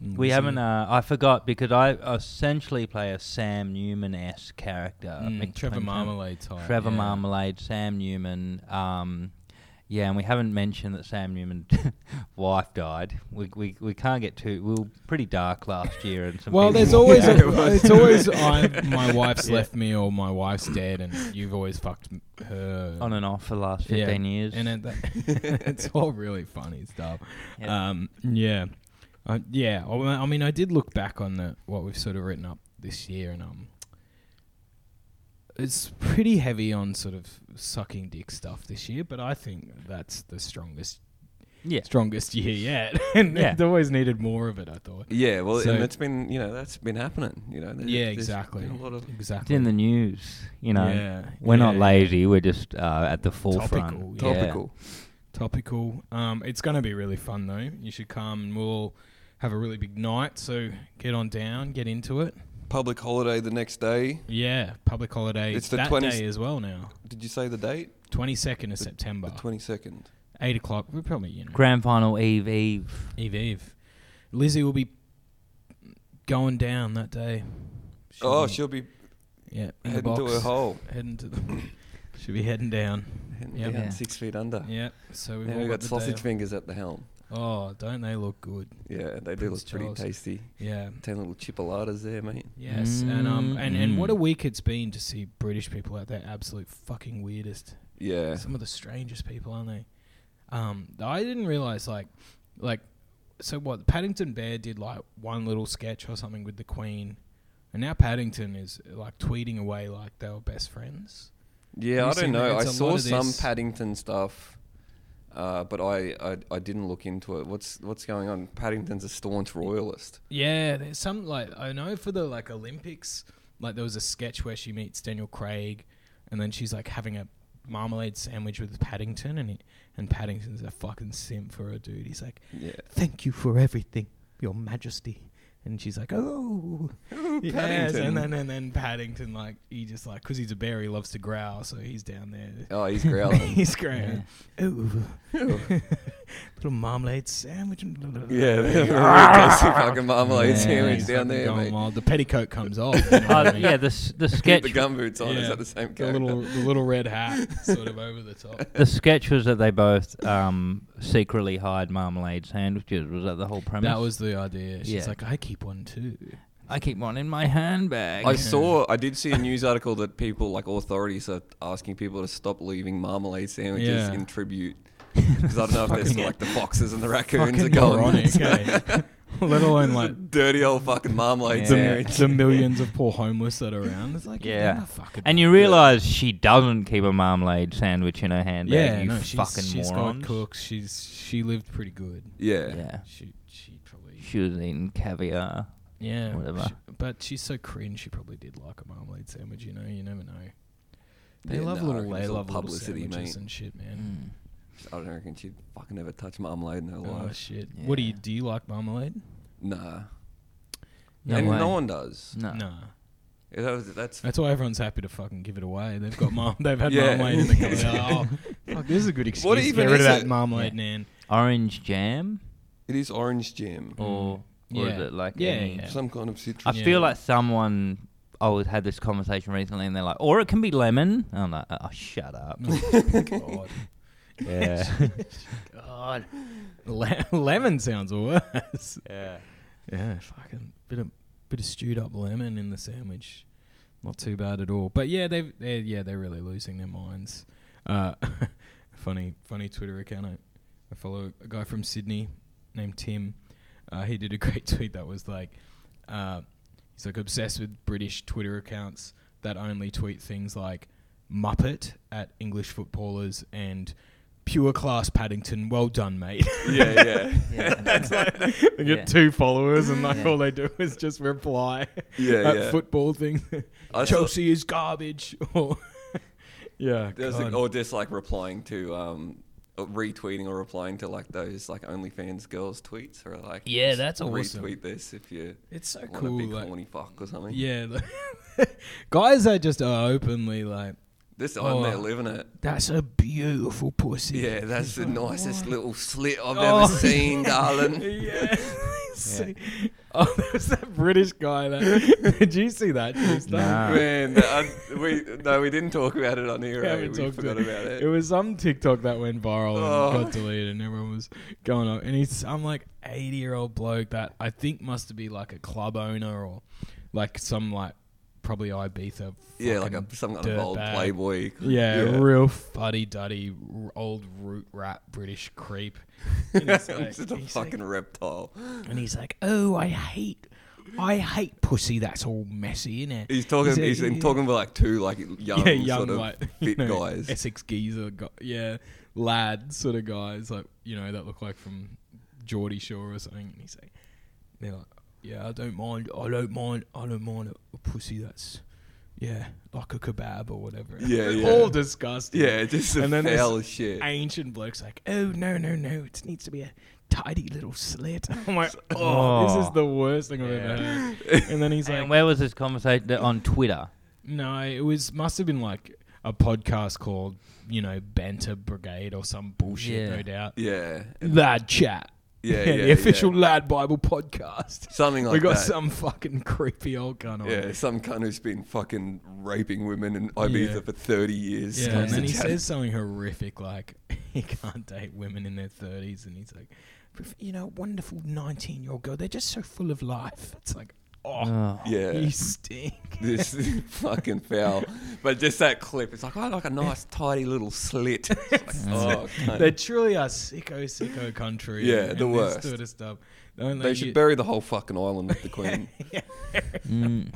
S5: Mm,
S6: We
S5: so-
S6: haven't. Uh, I forgot because I essentially play a Sam Newman esque character.
S5: Mm,
S6: Mick
S5: Trevor
S6: Clinton,
S5: Marmalade type.
S6: Trevor
S5: yeah.
S6: Marmalade, Sam Newman. Um, yeah, and we haven't mentioned that Sam Newman's [LAUGHS] wife died. We, we we can't get too. We were pretty dark last year, and some
S5: Well,
S6: people
S5: there's
S6: walked
S5: always
S6: [LAUGHS] out.
S5: a, it's always I, my wife's
S6: Yeah.
S5: left me or my wife's dead, and you've always fucked m- her
S6: [LAUGHS] on and off for the last
S5: Yeah,
S6: 15 years.
S5: and it, [LAUGHS] that, it's all really funny stuff.
S6: Yeah.
S5: Um, yeah, I yeah. I mean- I mean, I did look back on the what we've sort of written up this year, and um, it's pretty heavy on sort of sucking dick stuff this year. But I think that's the strongest
S6: yeah.
S5: strongest year yet, [LAUGHS] and
S6: Yeah.
S5: it always needed more of it. I thought.
S4: Yeah. Well,
S5: So-
S4: and it's been you know that's been happening. You know. There's-
S5: Yeah,
S4: there's
S5: exactly.
S4: been A lot of
S6: It's
S5: Exactly.
S6: in the news, you know.
S5: Yeah,
S6: We're not
S5: yeah.
S6: lazy. We're just uh, at the forefront.
S5: Topical,
S4: topical.
S5: topical. Um, it's going to be really fun though. You should come and we'll have a really big night. So get on down, get into it.
S4: Public holiday the next day.
S5: Yeah, public holiday.
S4: It's
S5: It's
S4: the
S5: that
S4: 20
S5: day as well now.
S4: Did you say the date?
S5: Twenty second of September,
S4: The twenty second.
S5: eight o'clock. We're probably you know
S6: Grand final Eve Eve.
S5: [LAUGHS] Eve Eve. Lizzie will be going down that day. She'll
S4: Oh,
S5: be-
S4: she'll be
S5: yeah, in the
S4: heading to
S5: box.
S4: her hole.
S5: Heading to the. [COUGHS] she'll be heading down.
S4: Heading
S5: Yeah.
S4: down
S6: Yeah.
S4: six feet under.
S5: Yeah, so we've
S4: Now
S5: all
S4: we've got
S5: the day
S4: sausage
S5: off.
S4: fingers at the helm.
S5: Oh, don't they look good?
S4: Yeah, they do
S5: Prince
S4: look pretty
S5: Charles.
S4: tasty.
S5: Yeah.
S4: Ten little chipolatas there, mate.
S5: Yes, and um, and, and what
S6: Mm.
S5: a week it's been to see British people at their absolute fucking weirdest.
S4: Yeah.
S5: Some of the strangest people, aren't they? Um, I didn't realize like, like, so what? Paddington Bear did like one little sketch or something with the Queen, and now Paddington is like tweeting away like they were best friends.
S4: Yeah,
S5: Have
S4: I
S5: you
S4: don't
S5: seen that?
S4: know. I
S5: It's a
S4: saw
S5: lot of
S4: some
S5: this-
S4: Paddington stuff, uh, but I, I I didn't look into it. What's what's going on? Paddington's a staunch royalist.
S5: Yeah, there's some like I know for the like Olympics, like there was a sketch where she meets Daniel Craig, and then she's like having a marmalade sandwich with Paddington, and he, and Paddington's a fucking simp for her dude. He's like,
S4: Yeah.
S5: "Thank you for everything, Your Majesty," and she's
S4: [LAUGHS]
S5: like, "Oh, yes."
S4: Paddington.
S5: And then and then Paddington like he just like because he's a bear, he loves to growl, so he's down there. [LAUGHS]
S4: Oh, he's growling.
S5: He's growling. Ooh. [LAUGHS] Little marmalade sandwich.
S4: yeah, they're a
S5: [LAUGHS]
S4: real tasty fucking marmalade
S6: Yeah,
S4: sandwich
S5: It's
S4: down
S5: fucking
S4: there,
S5: going
S4: mate.
S5: wild. The petticoat
S4: [LAUGHS]
S5: comes off. You know what I
S6: Uh,
S5: mean?
S6: yeah, the s- the
S4: Keep
S6: sketch
S4: the gumboots on. Is
S5: Yeah.
S4: that the same
S5: The
S4: character?
S5: little, the little red
S4: [LAUGHS]
S5: hat, sort of over the top.
S6: the sketch was that they both um, secretly hired marmalade sandwiches. Was that the whole premise?
S5: That was the idea. She's
S6: Yeah.
S5: like, I keep one too.
S6: I keep one in my handbag.
S4: I saw, I did see a news article that people, like authorities, are asking people to stop leaving marmalade sandwiches
S5: Yeah.
S4: in tribute. Because I don't know if there's
S5: Fucking-
S4: like the foxes and the raccoons are
S5: Fucking
S4: going. [LAUGHS]
S5: ironic, eh? [LAUGHS] Let alone like
S4: Dirty old fucking marmalade
S6: Yeah.
S5: the,
S4: sandwich.
S5: the millions of poor homeless that are around. It's like,
S6: Yeah.
S5: yeah, fucking.
S6: and you realise she doesn't keep a marmalade sandwich in her handbag.
S5: yeah,
S6: you
S5: no, she's,
S6: fucking
S5: she's
S6: morons.
S5: got cooks. She's she lived pretty good.
S4: Yeah.
S6: Yeah,
S5: She she probably
S6: she was eating caviar.
S5: yeah
S6: whatever.
S5: she- but she's so cringe. She probably did like a marmalade sandwich. You know, you never know. They
S4: Yeah,
S5: love
S4: no, I
S5: little
S4: reckon
S5: they
S4: it's all
S5: love
S4: publicity,
S5: publicity, little sandwiches
S4: mate.
S5: and shit, man.
S6: Mm.
S4: I don't reckon she'd fucking ever touch marmalade in her
S5: Oh
S4: life.
S5: shit! What do you
S6: Yeah.
S5: do? You like marmalade?
S4: Nah.
S6: No
S4: and
S6: way.
S4: no one does.
S6: No.
S5: Nah.
S4: Yeah, That was, that's
S5: That's why everyone's happy to fucking give it away. They've got mar- [LAUGHS] they've had
S4: Yeah.
S5: marmalade in the cupboard. They're like, oh, fuck, this is a good excuse. to
S4: even
S5: get rid
S4: is
S5: of that
S4: it?
S5: marmalade,
S6: Yeah.
S5: Nan.
S6: Orange jam,
S4: it is orange jam.
S6: or or is
S5: Yeah.
S6: it like
S5: Yeah,
S6: any-
S5: yeah.
S4: Some kind of citrus.
S6: I
S5: Mm. Yeah.
S6: feel like someone. I was had this conversation recently, and they're like, "Or it can be lemon." And I'm like, "Oh,
S5: [LAUGHS]
S6: shut up."
S5: Oh God.
S6: Yeah.
S5: [LAUGHS] God. Le- lemon sounds worse.
S6: yeah.
S5: Yeah, fucking bit of bit of stewed up lemon in the sandwich. Not too bad at all. But yeah, they've they're, yeah they're really losing their minds. Uh, [LAUGHS] funny funny Twitter account. I, I follow a guy from Sydney named Tim. Uh, he did a great [LAUGHS] tweet that was like, uh, he's like obsessed with British Twitter accounts that only tweet things like Muppet at English footballers and pure class Paddington. Well done, mate. [LAUGHS]
S4: yeah, yeah.
S5: That's like they get
S6: Yeah.
S5: two followers and like
S6: Yeah.
S5: all they do is just reply [LAUGHS]
S4: Yeah,
S5: at
S4: yeah.
S5: football thing. [LAUGHS]
S4: I saw-
S5: Chelsea is garbage. [LAUGHS] Or yeah,
S4: There's oh, like,
S5: God.
S4: or just like replying to um, or retweeting or replying to like those like OnlyFans girls tweets or like
S5: Yeah,
S4: just
S5: that's awesome.
S4: Retweet this if you
S5: it's so
S4: want a
S5: cool.
S4: big
S5: Like,
S4: horny fuck or something.
S5: yeah, [LAUGHS] like- guys that just are openly like
S4: this I'm there
S5: Oh.
S4: living it.
S5: that's a beautiful pussy.
S4: Yeah, that's
S5: [LAUGHS]
S4: the nicest little slit I've
S5: Oh,
S4: ever
S5: [LAUGHS]
S4: seen, darling. [LAUGHS]
S5: Yeah. See- Oh, [LAUGHS] there was that British
S4: [LAUGHS]
S5: guy. That [LAUGHS] did you see that? Tristan?
S6: Nah.
S4: Man, the- I, we no, we didn't talk about it on here.
S5: We
S4: eh?
S5: haven't
S4: We
S5: talked
S4: forgot
S5: to-
S4: about it.
S5: It was some TikTok that went viral
S4: Oh.
S5: and got deleted, and everyone was going up. And he's some like eighty year old bloke that I think must be like a club owner or like some like probably Ibiza.
S4: yeah, like a,
S5: fucking
S4: some kind of old
S5: dirtbag.
S4: playboy.
S5: Yeah,
S4: Yeah. [LAUGHS]
S5: real fuddy duddy r- old root rat British creep. And he's like-
S4: just a
S5: he's like-
S4: fucking reptile.
S5: and he's like, "Oh, I hate, I hate pussy. That's all messy, innit?"
S4: He's talking.
S5: He's a-
S4: He's, been talking with like two like young,
S5: [LAUGHS] yeah, young
S4: sort of
S5: [LAUGHS] like you
S4: fit
S5: know,
S4: guys.
S5: Essex geezer, gu yeah, lad sort of guys, like you know that look like from Geordie Shore or something. And he's like, they're like, yeah, I don't mind, I don't mind, I don't mind a, a pussy that's yeah, like a kebab or whatever.
S4: Yeah, yeah.
S5: [LAUGHS] all disgusting.
S4: Yeah, just the
S5: and then this
S4: foul shit.
S5: Ancient blokes like, oh no no no, it needs to be a tidy
S4: [LAUGHS]
S5: little slit. I'm like, oh, this
S6: Oh.
S5: is the worst thing I've
S4: [LAUGHS]
S5: ever heard. And then he's
S6: And
S5: like,
S6: where was this conversation Th- on Twitter?
S5: no, it was must have been like a podcast called you know Banter Brigade or some bullshit,
S6: Yeah.
S5: no doubt.
S4: Yeah.
S5: Lad chat.
S4: Yeah, yeah,
S5: [LAUGHS] the
S4: yeah.
S5: official Lad Bible podcast.
S4: Something like
S5: we got
S4: that.
S5: some fucking creepy old gun on.
S4: Yeah, some cunt who's been fucking raping women in Ibiza
S5: Yeah.
S4: for 30 [LAUGHS] years.
S5: Yeah,
S4: comes
S5: and then
S4: to
S5: he
S4: chat.
S5: says something horrific like [LAUGHS] he can't date women in their thirties, and he's like, "Pref- you know, wonderful nineteen-year-old girl. They're just so full of life. It's like, oh,
S6: Oh.
S4: yeah.
S5: you stink.
S4: [LAUGHS] This [LAUGHS] is fucking foul. But just that clip, it's like, I like a nice, tidy little slit.
S5: [LAUGHS]
S4: It's like, oh, cunt.
S5: [LAUGHS] they truly are sicko, sicko country.
S4: Yeah,
S5: and
S4: the
S5: this
S4: worst.
S5: sort of stuff. Don't
S4: They
S5: let
S4: should
S5: [LAUGHS] you-
S4: bury the whole fucking island
S5: [LAUGHS]
S4: with the queen.
S6: Mm.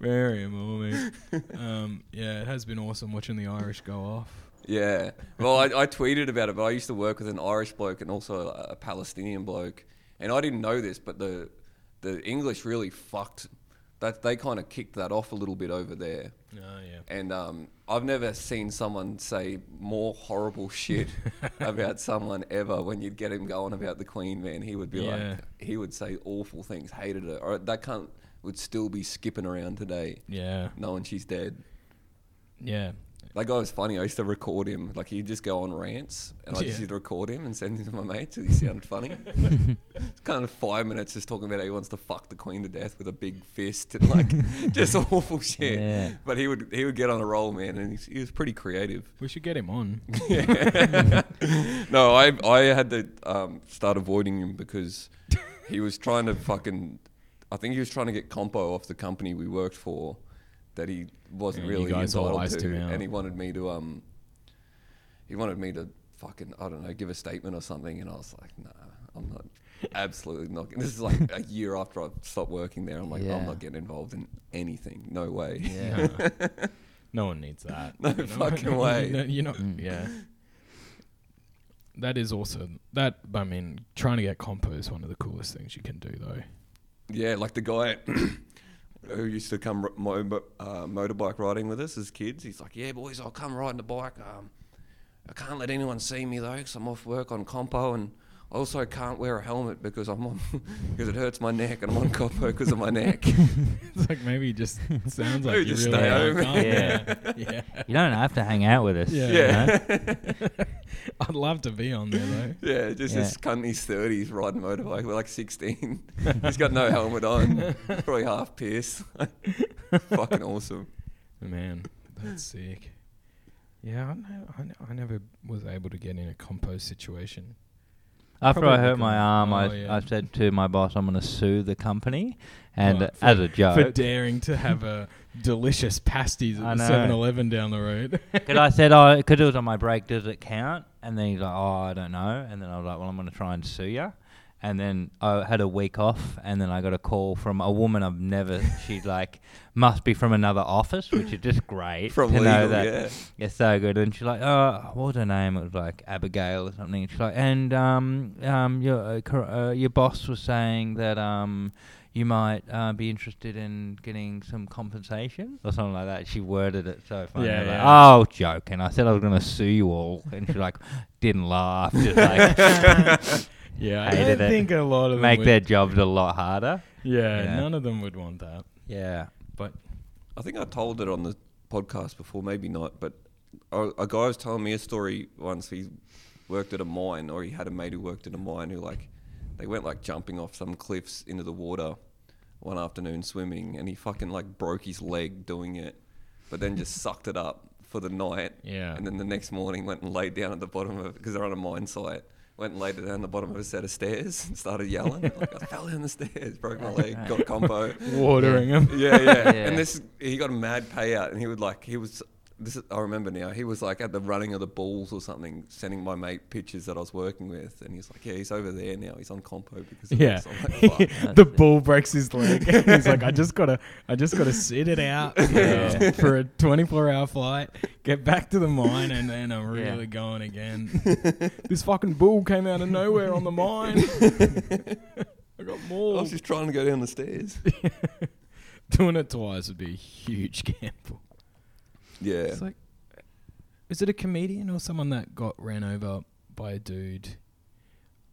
S5: bury him,
S4: [LAUGHS]
S5: all, man. um, yeah, it has been awesome watching the Irish go off.
S4: yeah. Well, I, I tweeted about it, but I used to work with an Irish bloke and also a, a Palestinian bloke, and I didn't know this, but the the English really fucked. That they kind of kicked that off a little bit over there.
S5: Oh yeah.
S4: And um, I've never seen someone say more horrible shit about someone ever. When you'd get him going about the Queen, man, he would be
S5: Yeah.
S4: like, he would say awful things, hated her. Or that cunt would still be skipping around today,
S5: Yeah,
S4: knowing she's dead.
S5: yeah,
S4: That guy was funny. I used to record him. Like he'd just go on rants, and I just
S5: Yeah.
S4: used to record him and send him to my mates. And he sounded funny. it's kind of five minutes just talking about how he wants to fuck the queen to death with a big fist and like just awful shit.
S6: Yeah.
S4: But he would he would get on a roll, man, and he's, he was pretty creative.
S5: we should get him
S4: [LAUGHS]
S5: on.
S4: no, I I had to um, start avoiding him because he was trying to fucking. I think he was trying to get compo off the company we worked for that he wasn't
S5: Yeah, you
S4: really
S5: guys all
S4: entitled
S5: iced
S4: to,
S5: him out.
S4: and he wanted me to um. He wanted me to fucking I don't know give a statement or something, and I was like, nah, I'm not. Absolutely not. This is like a year after I stopped working there. I'm like,
S6: Yeah.
S4: I'm not getting involved in anything. No way.
S6: Yeah.
S5: No one needs
S4: [LAUGHS]
S5: that.
S4: No
S5: [LAUGHS]
S4: fucking way.
S5: No, You're not.
S6: Mm.
S5: Yeah. That is also that. I mean, trying to get compo is one of the coolest things you can do, though. [LAUGHS]
S4: Yeah, like the guy [COUGHS] who used to come ro- mo- mo- uh, motorbike riding with us as kids. He's like, "Yeah, boys, I'll come riding the bike. Um, I can't let anyone see me though, 'cause I'm off work on compo, and I also can't wear a helmet because I'm on [LAUGHS] because it hurts my neck, and I'm on compo because of my
S6: [LAUGHS]
S4: neck."
S5: It's like maybe it
S4: [LAUGHS]
S5: just sounds like
S4: Maybe
S5: you
S4: just
S5: really
S4: stay
S5: are Oh,
S4: home.
S5: gone.
S6: Yeah.
S5: yeah.
S6: You don't have to hang out with us.
S5: Yeah.
S6: you know?
S5: I'd love to be on there though.
S4: [LAUGHS] Yeah, just
S6: Yeah.
S4: this cunt in his thirties riding motorbike. We're like sixteen. [LAUGHS] He's got no helmet on. Probably half pierced. [LAUGHS] Fucking
S6: [LAUGHS]
S4: awesome.
S5: Man, that's sick. Yeah, I, know, I, know, I never was able to get in a compo situation.
S6: After
S5: Probably
S6: I hurt
S5: good.
S6: my arm,
S5: Oh,
S6: I,
S5: yeah.
S6: I said to my boss, I'm going to sue the company. And
S5: Right,
S6: uh, as a
S5: For
S6: joke,
S5: daring to have a delicious pasties
S6: I
S5: at the
S6: know.
S5: 7 Eleven down the road. [LAUGHS]
S6: because I said, oh, because it was on my break, does it count? And then he's like, oh, I don't know. And then I was like, well, I'm going to try and sue you. And then I had a week off, and then I got a call from a woman I've never. [LAUGHS] She's like, must be from another office, which is just great
S4: From
S6: to know
S4: legal,
S6: that.
S4: yeah.
S6: It's so good. And she's like, oh, what was her name? It was like Abigail or something. And she's like, and um, um, your uh, cor- uh, your boss was saying that um, you might uh, be interested in getting some compensation or something like that. She worded it so funny.
S5: Yeah,
S6: I'm like,
S5: yeah.
S6: oh, joke. And I said I was gonna sue you all, [LAUGHS] and she's like, didn't laugh. Just like
S5: yeah, I
S6: Hated
S5: don't
S6: it.
S5: think a lot of them
S6: make
S5: would-
S6: their jobs a lot harder.
S5: Yeah,
S6: Yeah.
S5: none of them would want that.
S6: Yeah.
S5: But
S4: I think I told it on the podcast before, maybe not, but a, a guy was telling me a story once. He worked at a mine, or he had a mate who worked at a mine who, like, they went like jumping off some cliffs into the water one afternoon swimming, and he fucking like broke his leg doing it, but then just sucked it up for the night.
S5: Yeah.
S4: And then the next morning went and laid down at the bottom of because they're on a mine site. Went and laid down at the bottom of a set of stairs and started yelling. like, I fell down the stairs, broke my leg, got compo.
S5: watering them.
S4: Yeah, yeah.
S6: Yeah.
S4: And this, he got a mad payout, and he would like, he was. This is, I remember now. He was like at the running of the bulls or something, sending my mate pictures that I was working with, and he's like, "Yeah, he's over there now. He's on compo because of
S5: [LAUGHS] Yeah,
S4: this." I'm
S5: [LAUGHS]
S4: like, "Fuck."
S5: the bull breaks
S4: [LAUGHS]
S5: his leg. He's like, I just gotta, I just gotta sit it out uh, [LAUGHS] for a 24-hour flight, get back to the mine, and then I'm
S6: Yeah.
S5: really
S4: [LAUGHS]
S5: going again. this fucking bull came out of nowhere on
S4: [LAUGHS]
S5: the mine. [LAUGHS] I got
S4: I
S5: mauled.
S4: was just trying to go down the stairs.
S5: Doing it twice would be a huge gamble.
S4: Yeah.
S5: It's like, is it a comedian or someone that got ran over by a dude,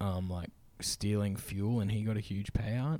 S5: um, like stealing fuel and he got a huge payout,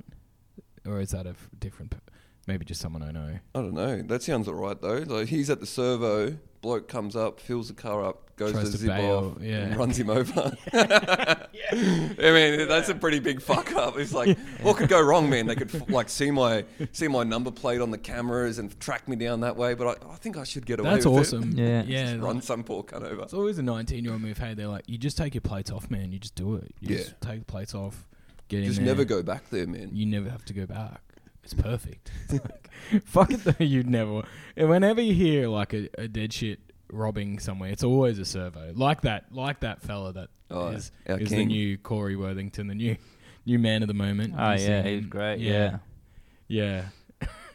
S5: or is that a f- different? P- maybe just someone I know.
S4: I don't know. That sounds alright though. Like he's at the servo. Bloke comes up, fills the car up, goes
S5: Tries
S4: to,
S5: to
S4: zip
S5: bail,
S4: off,
S5: yeah.
S4: and runs him
S5: [LAUGHS]
S4: over. [LAUGHS] I mean, that's a pretty big fuck up. It's like, what could go wrong, man? They could
S5: [LAUGHS]
S4: f- like see my see my number plate on the cameras and track me down that way. But I, I think I should get away.
S5: That's
S4: with it.
S5: awesome.
S6: Yeah.
S5: yeah.
S4: Just run some poor cunt over.
S5: It's always a 19 year old move. Hey, they're like, you just take your plates off, man. You just do it. You
S4: Yeah.
S5: just take the plates off. Get
S4: Just
S5: in there.
S4: never go back there, man.
S5: You never have to go back. It's
S4: [LAUGHS]
S5: perfect. Fuck it though. You'd never. and Whenever you hear like a, a dead shit robbing somewhere, it's always a servo like that. Like that fella that is
S4: Oh,
S5: is
S4: our
S5: the
S4: king.
S5: new Corey Worthington, the new new man of the moment.
S6: Oh
S5: You see
S6: yeah, he's
S5: him?
S6: great. Yeah.
S5: Yeah.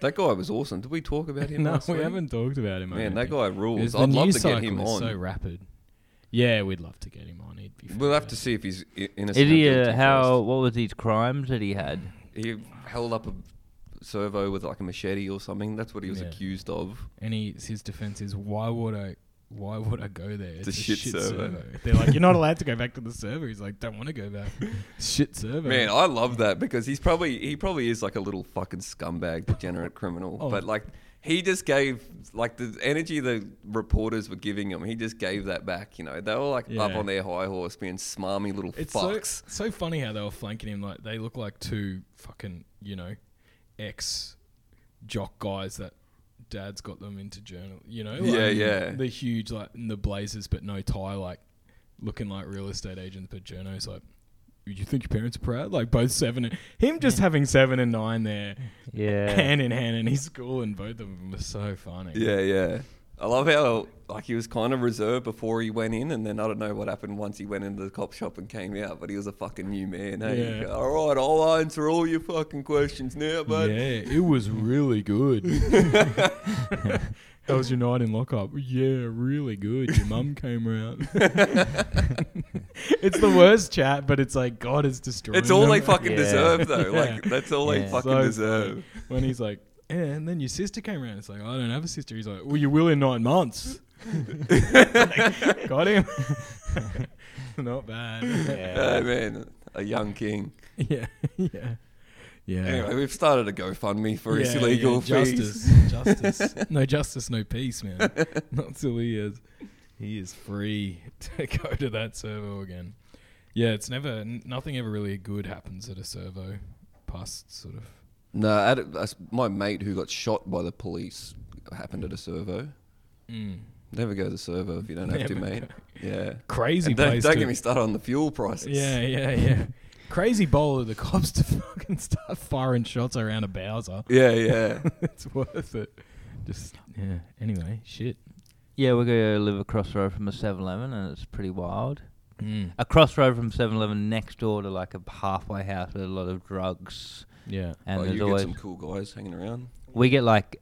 S4: That guy was awesome. Did we talk about him?
S5: [LAUGHS] No,
S4: last
S5: we
S4: week?
S5: haven't talked about him. I
S4: Man,
S5: don't
S4: that
S5: think.
S4: guy
S5: Because
S4: rules.
S5: the
S4: I'd love
S5: news
S4: to get him
S5: cycle is
S4: on.
S5: [LAUGHS] So rapid. Yeah, we'd love to get him on. He'd be.
S4: We'll have to
S5: fantastic.
S4: see if he's i- innocent.
S6: Is he
S4: or
S6: uh,
S4: guilty
S6: how? What was these crimes that he had?
S4: first. He held up a servo with like a machete or something. That's what he was
S5: Yeah.
S4: accused of.
S5: and he, his defense is, "Why would I? Why would I go there? It's,
S4: a shit server."
S5: They're like,
S4: [LAUGHS]
S5: "You're not allowed to go back to the server." He's like, "Don't want to go back. shit server."
S4: Man, I love that because he's probably he probably is like a little fucking scumbag, degenerate criminal.
S5: Oh.
S4: But like he just gave like the energy the reporters were giving him, he just gave that back. You know, they were like up
S5: Yeah.
S4: on their high horse, being smarmy little
S5: it's so,
S4: fucks.
S5: so funny how they were flanking him. Like they look like two fucking you know, ex jock guys that dad's got them into journal. You know, like,
S4: Yeah, yeah.
S5: The huge like in the blazers but no tie, like looking like real estate agents, but journos like. Do you think your parents are proud? Like both seven, and, him just having seven and nine there. [LAUGHS]
S6: Yeah. [LAUGHS]
S5: hand in hand in his school, and both of them were so funny.
S4: Yeah, yeah. I love how like he was kind of reserved before he went in, and then I don't know what happened once he went into the cop shop and came out. But he was a fucking new man. Hey,
S5: Yeah.
S4: all right, I'll answer all your fucking questions now,
S5: But
S4: bud.
S5: yeah, it was really good. That was your night in lockup. Yeah, really good. Your mum came round. [LAUGHS] it's the worst chat, but it's like God is
S4: [LAUGHS]
S5: destroying.
S4: It's all
S5: them.
S4: they fucking
S6: Yeah.
S4: deserve, though.
S5: [LAUGHS] Yeah.
S4: Like that's all
S6: Yeah.
S4: they fucking
S5: So
S4: deserve.
S5: funny. When he's like, yeah, and then your sister came round. It's like I don't have a sister. He's like, well, you will in
S4: [LAUGHS]
S5: nine months. Like, got him. [LAUGHS] Not bad.
S4: Oh man, a young king.
S5: Yeah, [LAUGHS] yeah, yeah.
S4: Anyway, we've started a GoFundMe for his legal fees.
S5: justice, justice, no justice, no
S4: [LAUGHS]
S5: peace, man. Not till he is, he is free to [LAUGHS] go to that servo again. Yeah, it's never, n- nothing ever really good happens at a servo, past sort of.
S4: No, I don't- that's- my mate who got shot by the police happened at a servo. Hmm.
S5: Mm.
S4: Never go to the servo if you don't have to,
S5: Never
S4: mate.
S5: go.
S4: Yeah.
S5: Crazy
S4: And don't
S5: place.
S4: don't
S5: to-
S4: get me started on the fuel prices.
S5: Yeah, yeah, yeah. Crazy bowl of the cops to [LAUGHS] fucking start firing shots around a Bowser. [LAUGHS]
S4: Yeah, yeah.
S5: it's worth it. Just yeah. Anyway, shit.
S6: Yeah, we're gonna live across the road from a 7-Eleven, and it's pretty wild.
S4: Hmm.
S5: Mm.
S6: Across the road from 7-Eleven, next door to like a halfway house with a lot of drugs,
S5: Yeah.
S6: and
S4: oh,
S6: there's
S4: you get
S6: always
S4: some cool guys hanging around.
S6: we get like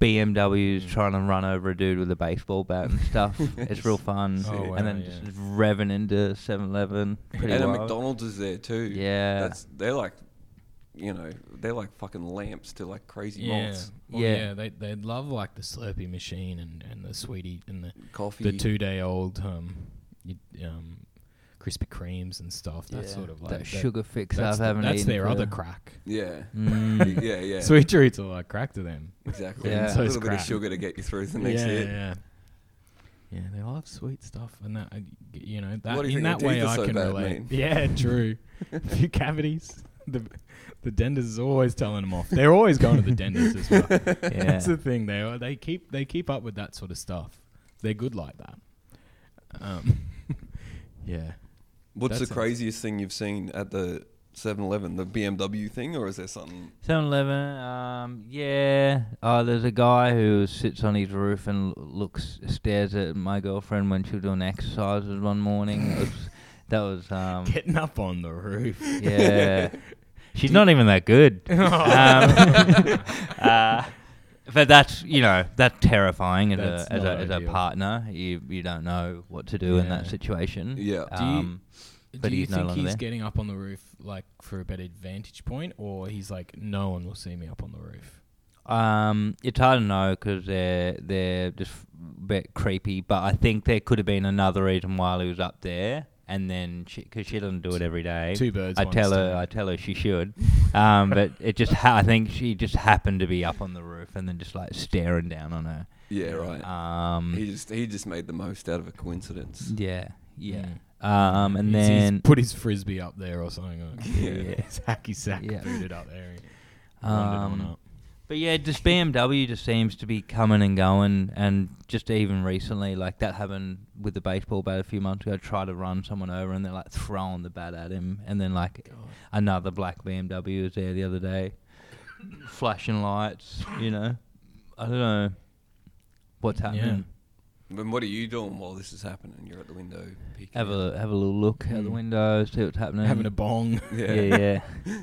S6: BMWs
S4: Mm.
S6: trying to run over a dude with a baseball bat
S4: [LAUGHS]
S6: and stuff. it's real fun.
S5: Oh, wow,
S6: and then
S5: yeah.
S6: just revving into 7-Eleven. Pretty
S4: and a
S6: wild.
S4: McDonald's is there too.
S6: Yeah.
S4: That's they're like you know, they're like fucking lamps to like crazy
S5: Yeah.
S4: malts.
S5: Well,
S6: Yeah.
S5: yeah. they they love like the Slurpee machine and, and the sweetie and the
S4: Coffee.
S5: the two day old um, you, um Krispy Kremes and stuff. That
S6: Yeah.
S5: sort of like
S6: that sugar fix
S5: That's,
S6: I've
S5: the-
S6: haven't
S5: that's
S6: eaten
S5: their
S6: for-
S5: other crack.
S4: Yeah.
S6: [LAUGHS]
S4: [LAUGHS]
S6: Mm.
S4: yeah, yeah.
S5: [LAUGHS] Sweet treats are like crack to them.
S4: Exactly.
S6: Yeah.
S4: A
S5: So it's
S4: little bit of
S5: crap.
S4: sugar to get you through the next
S5: yeah,
S4: hit.
S5: yeah. Yeah, they love sweet stuff, and that uh, you know that
S4: What do you
S5: in
S4: think
S5: that
S4: their
S5: way
S4: teeth are
S5: I
S4: so
S5: can
S4: bad, mate? [LAUGHS]
S5: relate. Yeah, true. A few cavities. The the dentist is always telling them off. They're always going to the dentist as well.
S6: yeah.
S5: [LAUGHS] That's the thing. They are- they keep they keep up with that sort of stuff. They're good like that. Um,
S6: [LAUGHS]
S5: yeah.
S4: What's
S5: That
S4: the
S5: sounds-
S4: craziest thing you've seen at the 7-Eleven? The BMW thing, or is there something?
S6: 7-Eleven, um, yeah. Oh, there's a guy who sits on his roof and l- looks stares at my girlfriend when she was doing exercises one morning. That was, that was um,
S5: [LAUGHS] Getting up on the roof.
S6: [LAUGHS] yeah. She's not even that [LAUGHS] good. Um, [LAUGHS] uh, but that's you know that's terrifying as
S5: That's
S6: a as
S5: not
S6: a, as a
S5: ideal.
S6: partner. You you don't know what to do in that
S5: Yeah.
S6: situation.
S4: Yeah.
S5: Do you-
S6: Um, But
S5: Do you
S6: he's no
S5: think
S6: longer
S5: he's
S6: there.
S5: getting up on the roof like for a better vantage point, or he's like, no one will see me up on the roof?
S6: Um, it's hard to know because they're they're just a bit creepy. But I think there could have been another reason why he was up there, and then because she, doesn't do it every day.
S5: Two birds,
S6: I
S5: one
S6: tell her.
S5: stone.
S6: I tell her she should.
S5: [LAUGHS]
S6: Um, but it just. Ha- I think she just happened to be up on the roof and then just like staring down on her.
S4: Yeah, right.
S6: Um,
S4: he just he just made the most out of a coincidence.
S6: yeah, yeah. Um, and
S5: Mm. He's- he's
S6: then
S5: put his frisbee up there or something. Like,
S6: [LAUGHS]
S5: [LAUGHS]
S6: Yeah.
S5: hacky sack
S6: Yeah.
S5: booted up there. and rounded on
S6: um,
S5: up.
S6: But yeah, just BMW just seems to be coming and going, and just even recently, like that happened with the baseball bat a few months ago. Try to run someone over, and they're like throwing the bat at him, and then like another black BMW was there the other day, flashing lights. You know, I don't know what's happening.
S4: Then what are you doing while this is happening? You're at the window peeking.
S6: Have
S4: out.
S6: a have a little look out the
S5: Mm.
S6: window, see what's happening.
S5: having a bong.
S6: yeah, yeah, [LAUGHS]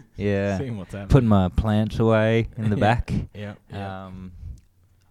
S5: [LAUGHS]
S6: yeah.
S5: Seeing what's happening.
S6: Putting my plants away in
S5: [LAUGHS]
S6: the
S5: Yeah.
S6: back.
S5: yeah. yeah.
S6: Um,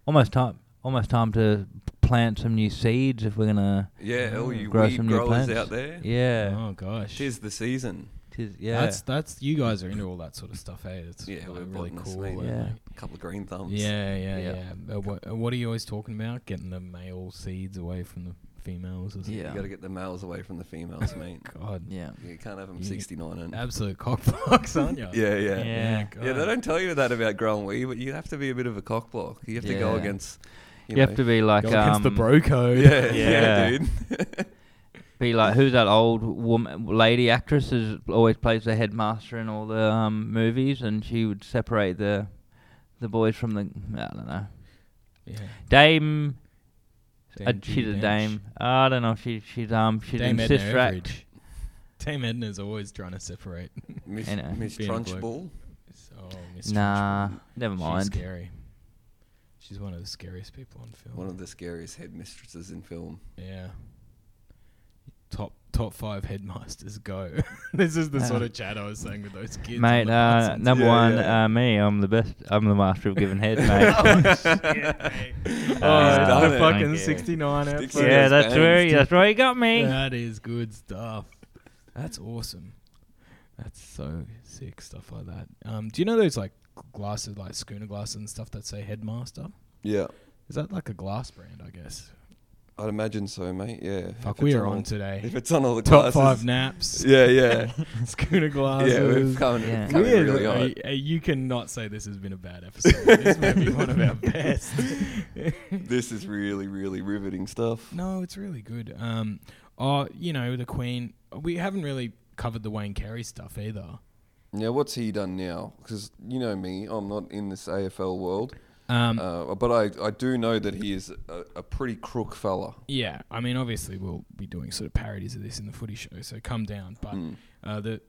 S6: almost time, almost time to plant some new seeds if we're gonna.
S4: yeah, all you
S6: Grow
S4: weed
S6: some new
S4: growers
S6: plants.
S4: out there.
S6: Yeah,
S5: Oh gosh.
S4: Tis the season.
S6: Tis- yeah.
S5: That's that's you guys are into all that sort of stuff, hey? It's
S4: Yeah,
S5: like,
S4: we're
S5: really
S4: botanists,
S5: cool.
S4: mate.
S5: and,
S6: Yeah.
S5: like,
S4: A couple of green thumbs.
S5: Yeah, yeah,
S6: Yeah.
S5: yeah. Uh, what, uh, what are you always talking about? Getting the male seeds away from the females? Is
S4: You
S6: Yeah.
S4: got to get the males away from the
S6: [LAUGHS]
S4: females, mate.
S5: God,
S6: yeah,
S4: You can't have them
S5: You-
S4: 69 and.
S5: absolute [LAUGHS] cockblocks, aren't you?
S4: [LAUGHS] Yeah, yeah.
S6: Yeah.
S4: Yeah,
S5: God.
S4: they don't tell you that about growing weed, but you have to be a bit of a cockblock. You have to go
S6: Yeah.
S4: against. You,
S6: You,
S4: know-
S6: have to be like
S5: Go
S6: um,
S5: against the bro
S4: [LAUGHS]
S5: code.
S4: Yeah,
S6: [LAUGHS]
S4: yeah,
S6: Yeah.
S4: dude.
S6: be like who's that old woman, lady actress who always plays the headmaster in all the um, movies, and she would separate the the boys from the I don't know
S5: yeah.
S6: Dame.
S5: Dame
S6: uh, she's a
S5: Judy Dench.
S6: dame. I don't know. if She she's um she's
S5: Dame
S6: in
S5: Edna
S6: Sister Act.
S5: Everidge. Dame Edna's always trying to separate.
S4: Miss,
S6: You know.
S4: Miss
S5: Being a bloke.
S4: Trunchbull.
S5: Oh, Miss
S6: Nah,
S5: Trunchbull.
S6: never
S5: She's
S6: mind.
S5: scary. She's one of the scariest people on film.
S4: One of the scariest headmistresses in
S6: [LAUGHS]
S4: film.
S5: Yeah. Top top five headmasters go. [LAUGHS] this is the
S6: Uh,
S5: sort of chat I was saying with those kids. on
S6: Mate,
S5: the
S6: uh,
S5: buses.
S6: number
S4: Yeah,
S6: one,
S4: yeah. Oh,
S6: Uh, me. I'm the best. I'm the master of
S4: [LAUGHS]
S6: giving head, mate.
S5: Oh,
S6: Uh,
S5: the
S4: done it.
S5: fucking
S6: Thank you.
S5: 69
S4: Sticks
S5: episode.
S4: it.
S6: yeah,
S4: Yeah,
S6: that's
S4: that's
S6: where
S4: banged.
S6: that's where he got me.
S5: [LAUGHS] That is good stuff. That's awesome. That's so sick stuff like that. Um, do you know those like glasses, like schooner glasses and stuff that say Headmaster?
S4: Yeah.
S5: Is that like a glass brand? I guess.
S4: I'd imagine so, mate. Yeah.
S5: Fuck,
S4: If
S5: we
S4: it's
S5: are
S4: all-
S5: on today.
S4: If it's on all the
S5: Top
S4: classes.
S5: five naps.
S4: [LAUGHS] Yeah, yeah.
S5: [LAUGHS] schooner glasses.
S4: yeah, we've come,
S6: Yeah.
S4: we've come
S5: Weird.
S4: really
S5: Uh,
S4: high.
S5: uh, you cannot say this has been a bad episode. this may be one
S4: [LAUGHS]
S5: of our best.
S4: This is really, really riveting stuff.
S5: no, it's really good. Um, oh, you know the Queen. We haven't really covered the Wayne Carey stuff either.
S4: Now, what's he done now? Because you know me, I'm not in this AFL world,
S5: Um,
S4: uh, but I, I do know that he is a, a pretty crook fella.
S5: yeah, I mean, obviously we'll be doing sort of parodies of this in the Footy Show, so come down. But
S4: Mm.
S5: uh, the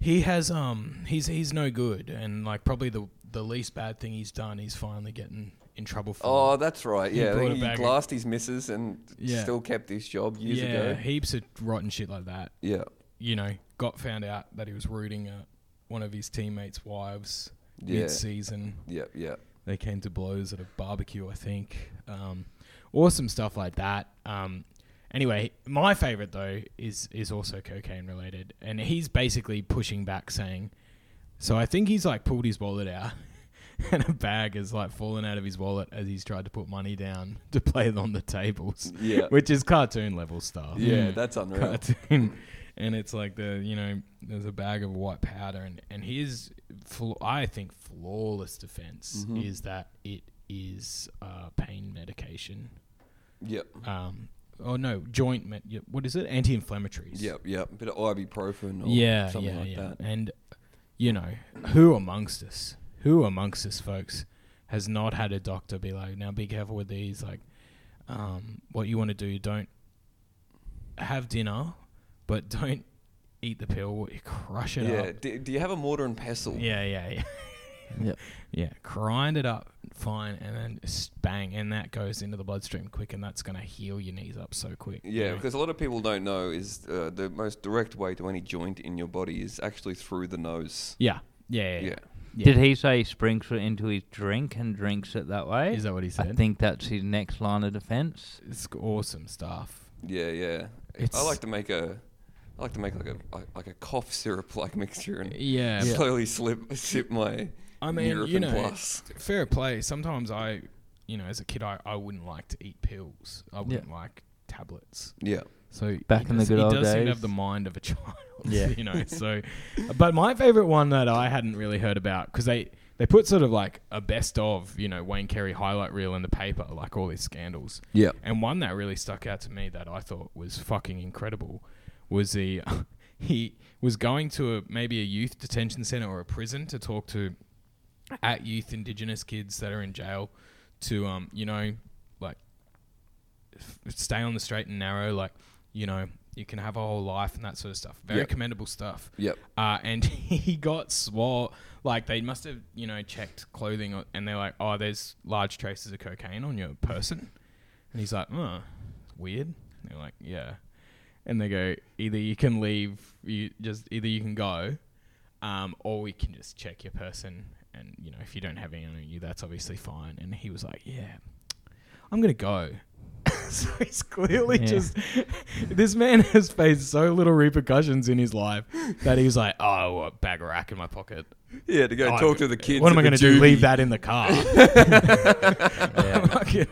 S5: he has um he's he's no good, and like probably the the least bad thing he's done, he's finally getting in trouble for.
S4: Oh, that's right.
S5: He
S4: Yeah, I
S5: brought
S4: think
S5: it
S4: he
S5: back.
S4: glassed his missus and
S5: Yeah.
S4: still kept his job years
S5: yeah,
S4: ago.
S5: heaps of rotten shit like that.
S4: Yeah,
S5: you know, got found out that he was rooting at one of his teammates' wives
S4: Yeah.
S5: mid-season.
S4: yeah, yeah.
S5: They came to blows at a barbecue, I think. Um, awesome stuff like that. Um, anyway, my favorite though is is also cocaine related, and he's basically pushing back, saying, "So I think he's like pulled his wallet out." [LAUGHS] And a bag has like fallen out of his wallet as he's tried to put money down [LAUGHS] to play it on the tables,
S4: Yeah.
S5: which is cartoon level stuff
S4: Yeah, that's unreal.
S5: cartoon, Mm. [LAUGHS] and it's like the you know there's a bag of white powder, and and his flaw I think flawless defense
S4: Mm-hmm.
S5: is that it is uh, pain medication.
S4: Yep,
S5: Um, oh no, joint med- yeah, what is it? Anti-inflammatories.
S4: yep, yep. Bit of ibuprofen or
S5: Yeah,
S4: something
S5: yeah,
S4: like
S5: yeah.
S4: that.
S5: And you know who amongst us, who amongst us, folks, has not had a doctor be like, now be careful with these. Like, um, what you want to do, don't have dinner, but don't eat the pill. Crush it
S4: Yeah.
S5: up.
S4: Do, do you have a mortar and pestle?
S5: Yeah,
S4: [LAUGHS]
S5: yeah, yeah.
S6: Yep.
S5: Yeah, grind it up fine, and then s- bang, and that goes into the bloodstream quick, and that's gonna heal your knees up so quick. you
S4: Yeah,
S5: know?
S4: because a lot of people don't know is uh, the most direct way to any joint in your body is actually through the nose.
S5: yeah, yeah, yeah,
S4: Yeah.
S5: yeah.
S6: Did he say he springs it into his drink and drinks it that way?
S5: Is that what he
S6: I
S5: said?
S6: think that's his next line of
S4: [LAUGHS]
S6: defense.
S5: It's awesome stuff.
S4: Yeah, yeah. I
S5: It's-
S4: like to make a, I [LAUGHS] like to make like a like, like a cough syrup like mixture and
S5: Yeah,
S4: slowly slip sip my
S5: I mean, you
S4: European
S5: know,
S4: plus.
S5: fair play. Sometimes I, you know, as a kid, I, I wouldn't like to eat pills. I wouldn't like tablets.
S4: Yeah.
S5: So
S6: Back
S5: he
S6: in the
S5: does-
S6: good
S5: he
S6: old
S5: does seem to
S6: days.
S5: have the mind of a [LAUGHS] child.
S6: Yeah.
S5: you know. So, but my favorite one that I hadn't really heard about because they they put sort of like a best of you know Wayne Carey highlight reel in the paper, like all these scandals.
S4: Yeah.
S5: And one that really stuck out to me that I thought was fucking incredible was the [LAUGHS] he was going to a, maybe a youth detention center or a prison to talk to at youth indigenous kids that are in jail to um you know like f- stay on the straight and narrow like you know you can have a whole life and that sort of stuff very
S4: Yep.
S5: commendable stuff
S4: Yep.
S5: uh, and [LAUGHS] he got swore like they must have you know checked clothing or- and they're like oh there's large traces of cocaine on your person and he's like oh weird and they're like yeah and they go either you can leave you just either you can go um, or we can just check your person and you know if you don't have any on you that's obviously fine and he was like yeah i'm gonna go [LAUGHS] so he's clearly
S6: Yeah.
S5: just this man has faced so little repercussions in his life that he's like oh a bag of rack in my pocket
S4: Yeah, to go
S5: Oh,
S4: talk to the kids.
S5: what am i
S4: going
S5: gonna
S4: to
S5: do leave that in
S4: [LAUGHS]
S5: the car [LAUGHS] Fucking-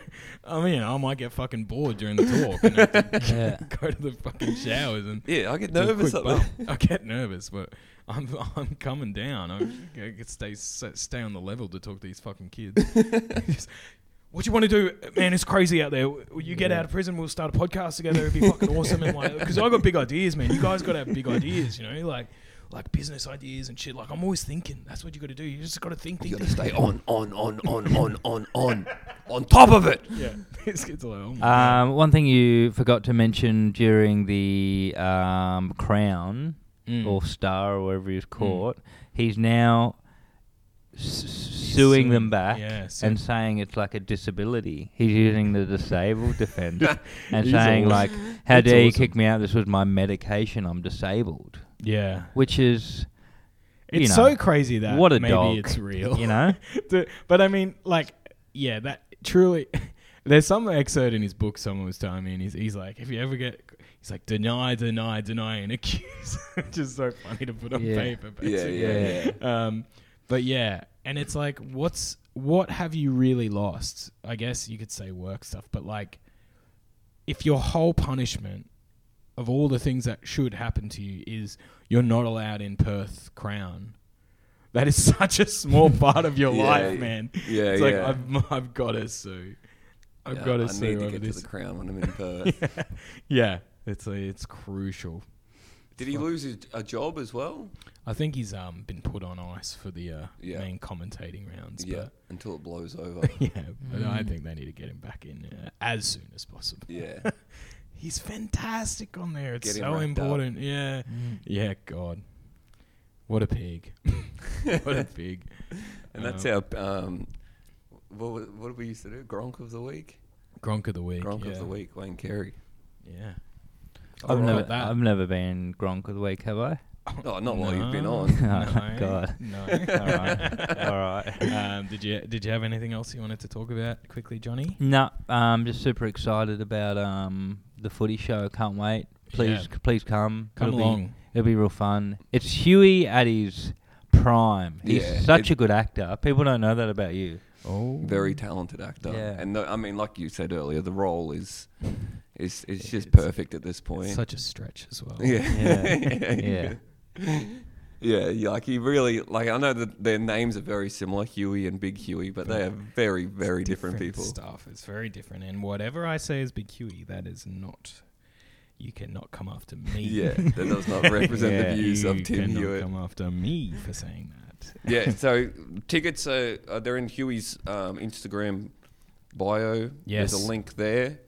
S5: i mean i might get fucking bored during the talk and have to
S6: Yeah.
S5: [LAUGHS] go to the fucking showers and
S4: Yeah, I get
S5: do a
S4: nervous
S5: quick
S4: at that.
S5: bump. [LAUGHS] I get nervous, but I'm I'm coming down. I'm I could stay s- stay on the level to talk to these
S4: [LAUGHS]
S5: fucking kids. [LAUGHS] Just, what do you want to do, man? It's crazy out there. Will You get out of prison, we'll start a podcast together. It'd be fucking awesome, and like, because I got big ideas, man. You guys got to have big ideas, you know, like like business ideas and shit. Like I'm always thinking. That's what you got to do. You just got to think,
S4: You
S5: think,
S4: got to
S5: think.
S4: stay on, on, on, on, on, on, on, on top of it.
S5: [LAUGHS] Yeah, these kids are like,
S4: Uh,
S5: oh my God.
S6: Um, one thing you forgot to mention during the um, Crown
S5: Mm.
S6: or Star or whatever he's caught, he's now s- suing them
S5: suing-
S6: back
S5: yeah, su-
S6: and saying it's like a disability. He's using the disabled
S5: [LAUGHS]
S6: defense and
S5: He's
S6: saying
S5: awesome.
S6: like, "How
S5: That's
S6: dare you
S5: awesome.
S6: kick me out? This was my medication. I'm disabled,"
S5: Yeah,
S6: which is you
S5: it's
S6: know,
S5: so crazy that
S6: what a
S5: maybe
S6: dog,
S5: it's real.
S6: you know.
S5: [LAUGHS] The- but I mean, like, yeah, that truly. [LAUGHS] There's some excerpt in his book someone was telling me, and he's, he's like, if you ever get, he's like, deny, deny, deny, and [LAUGHS] accuse. Which is so funny to put on
S6: Yeah.
S5: paper,
S4: Yeah,
S5: basically.
S4: yeah, yeah.
S5: Um, but yeah, and it's like, what's what have you really lost? I guess you could say work stuff, but like, if your whole punishment of all the things that should happen to you is you're not allowed in Perth Crown, that is [LAUGHS] such a small part of your
S4: Yeah,
S5: life, man.
S4: yeah,
S5: it's like
S4: yeah.
S5: I've [LAUGHS] I've got to sue. I've
S4: Yeah,
S5: got
S4: I
S5: to sue
S4: need to
S5: over
S4: get
S5: this.
S4: to the crown when I'm
S5: [LAUGHS]
S4: in Perth.
S5: yeah, it's like, it's crucial.
S4: Did he lose his, a job as well?
S5: I think he's um been put on ice for the uh,
S4: Yeah.
S5: main commentating rounds.
S4: Yeah,
S5: but
S4: until it blows over.
S5: [LAUGHS] Yeah, but I think they need to get him back in uh, as soon as possible.
S4: yeah.
S5: He's fantastic on there. It's
S4: Get him
S5: so
S4: wrapped up.
S5: important. Yeah. Yeah, God. What a pig.
S4: [LAUGHS]
S5: what a pig.
S4: And that's
S5: Uh,
S4: our um, what wa- what did we used to do? Gronk of the week.
S5: Gronk of the week.
S4: Gronk
S5: yeah.
S4: of the week. Wayne Carey.
S5: Yeah.
S6: I've
S5: Alright.
S6: never,
S5: That-
S6: I've never been Gronk of the week,
S5: [LAUGHS]
S6: have I?
S4: Oh, not while you've been
S5: No.
S4: on.
S5: [LAUGHS] No.
S6: God.
S5: No.
S6: All right, all right.
S5: um, did you did you have anything else you wanted to talk about quickly, Johnny?
S6: No, I'm just super excited about um the footy show. Can't wait. Please,
S5: Yeah.
S6: c- please come.
S5: Come
S6: It'll Be,
S5: along.
S6: it'll be real fun. It's Huey at his prime. He's
S4: Yeah,
S6: such
S4: it-
S6: a good actor. People don't know that about you.
S5: Oh.
S4: Very talented actor.
S6: Yeah.
S4: And the, I mean, like you said earlier, the role is is is just
S5: It's-
S4: perfect at this point.
S5: Such a stretch as well.
S4: yeah. [LAUGHS]
S6: Yeah, yeah.
S4: Yeah, yeah, like he really like I know that their names are very similar, Huey and Big Huey, but they are very, very different, people.
S5: Stuff. It's very different. And whatever I say is Big Huey, that is not. You cannot come after me.
S4: [LAUGHS] Yeah, that does
S5: [LAUGHS]
S4: not represent the views of
S5: You
S4: Tim
S5: cannot
S4: Hewitt.
S5: come after me for saying that.
S4: Yeah, so tickets are uh, they're in Huey's um, Instagram bio.
S5: Yes.
S4: There's a link there.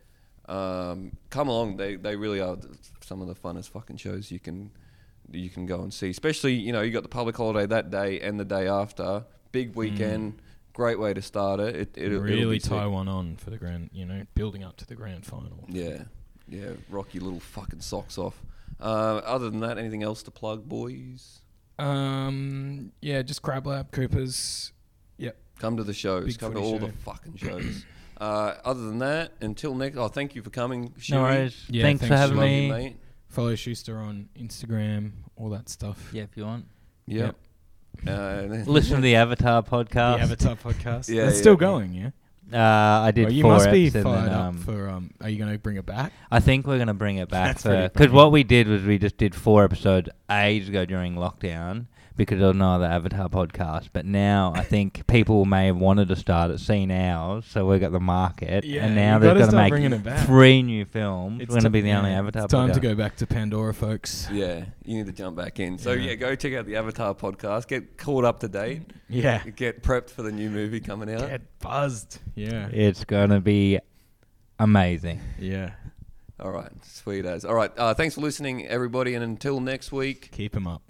S4: Um, come along, they they really are th- some of the funnest fucking shows you can you can go and see. Especially you know you got the public holiday that day and the day after. Big weekend, great way to start it. It [LAUGHS] it'll, it'll
S5: Mm. really
S4: be sick.
S5: tie one on for the grand, you know, building up to the grand final.
S4: Yeah, yeah, rock your little fucking socks off. Uh, other than that, anything else to plug, boys?
S5: Um, yeah, just Crab Lab, Coopers. Yep.
S4: Come to the shows.
S5: Big
S4: come to
S5: footy
S4: all
S5: show.
S4: the fucking shows. [CLEARS THROAT] uh, other than that, until next. Oh, thank you for coming. Shuey.
S6: No worries.
S5: Yeah,
S6: thanks, for
S5: thanks,
S6: having
S4: Love
S6: me.
S4: you, mate.
S5: Follow Schuster on Instagram, all that stuff.
S6: Yeah, if you want.
S4: Yeah.
S5: Yep.
S4: Uh,
S6: Listen to the Avatar podcast.
S5: The Avatar podcast.
S4: Yeah,
S5: That's
S4: yeah,
S5: still
S4: yeah.
S5: going, yeah.
S6: Uh, I did
S5: Well, you
S6: four
S5: must be
S6: eps and
S5: fired
S6: then,
S5: up
S6: um,
S5: for. Um, are you going to bring it back?
S6: I think we're gonna bring it back
S5: That's pretty
S6: because what we did was we just did four episodes ages ago during lockdown because there was no other Avatar podcast. But now
S5: [LAUGHS]
S6: I think people may have wanted to start at seen ours, so we got the market,
S5: Yeah,
S6: and now
S5: you
S6: they're
S5: gotta
S6: gonna
S5: start
S6: make
S5: bringing it back.
S6: three new films. It's
S5: It's
S6: we're gonna
S5: ti-
S6: be the only
S5: yeah,
S6: Avatar. uh,
S5: It's time
S6: podcast.
S5: to go back to Pandora,
S6: [LAUGHS]
S5: folks.
S4: [LAUGHS] yeah, you need to jump back in. So
S5: Yeah.
S4: yeah, go check out the Avatar podcast. Get caught up to date.
S5: Yeah.
S4: Get prepped for the new movie coming out.
S5: Get buzzed. Yeah.
S6: It's gonna be amazing.
S5: Yeah.
S4: All right, sweet as. All right, uh, thanks for listening, everybody, and until next week.
S5: Keep him up.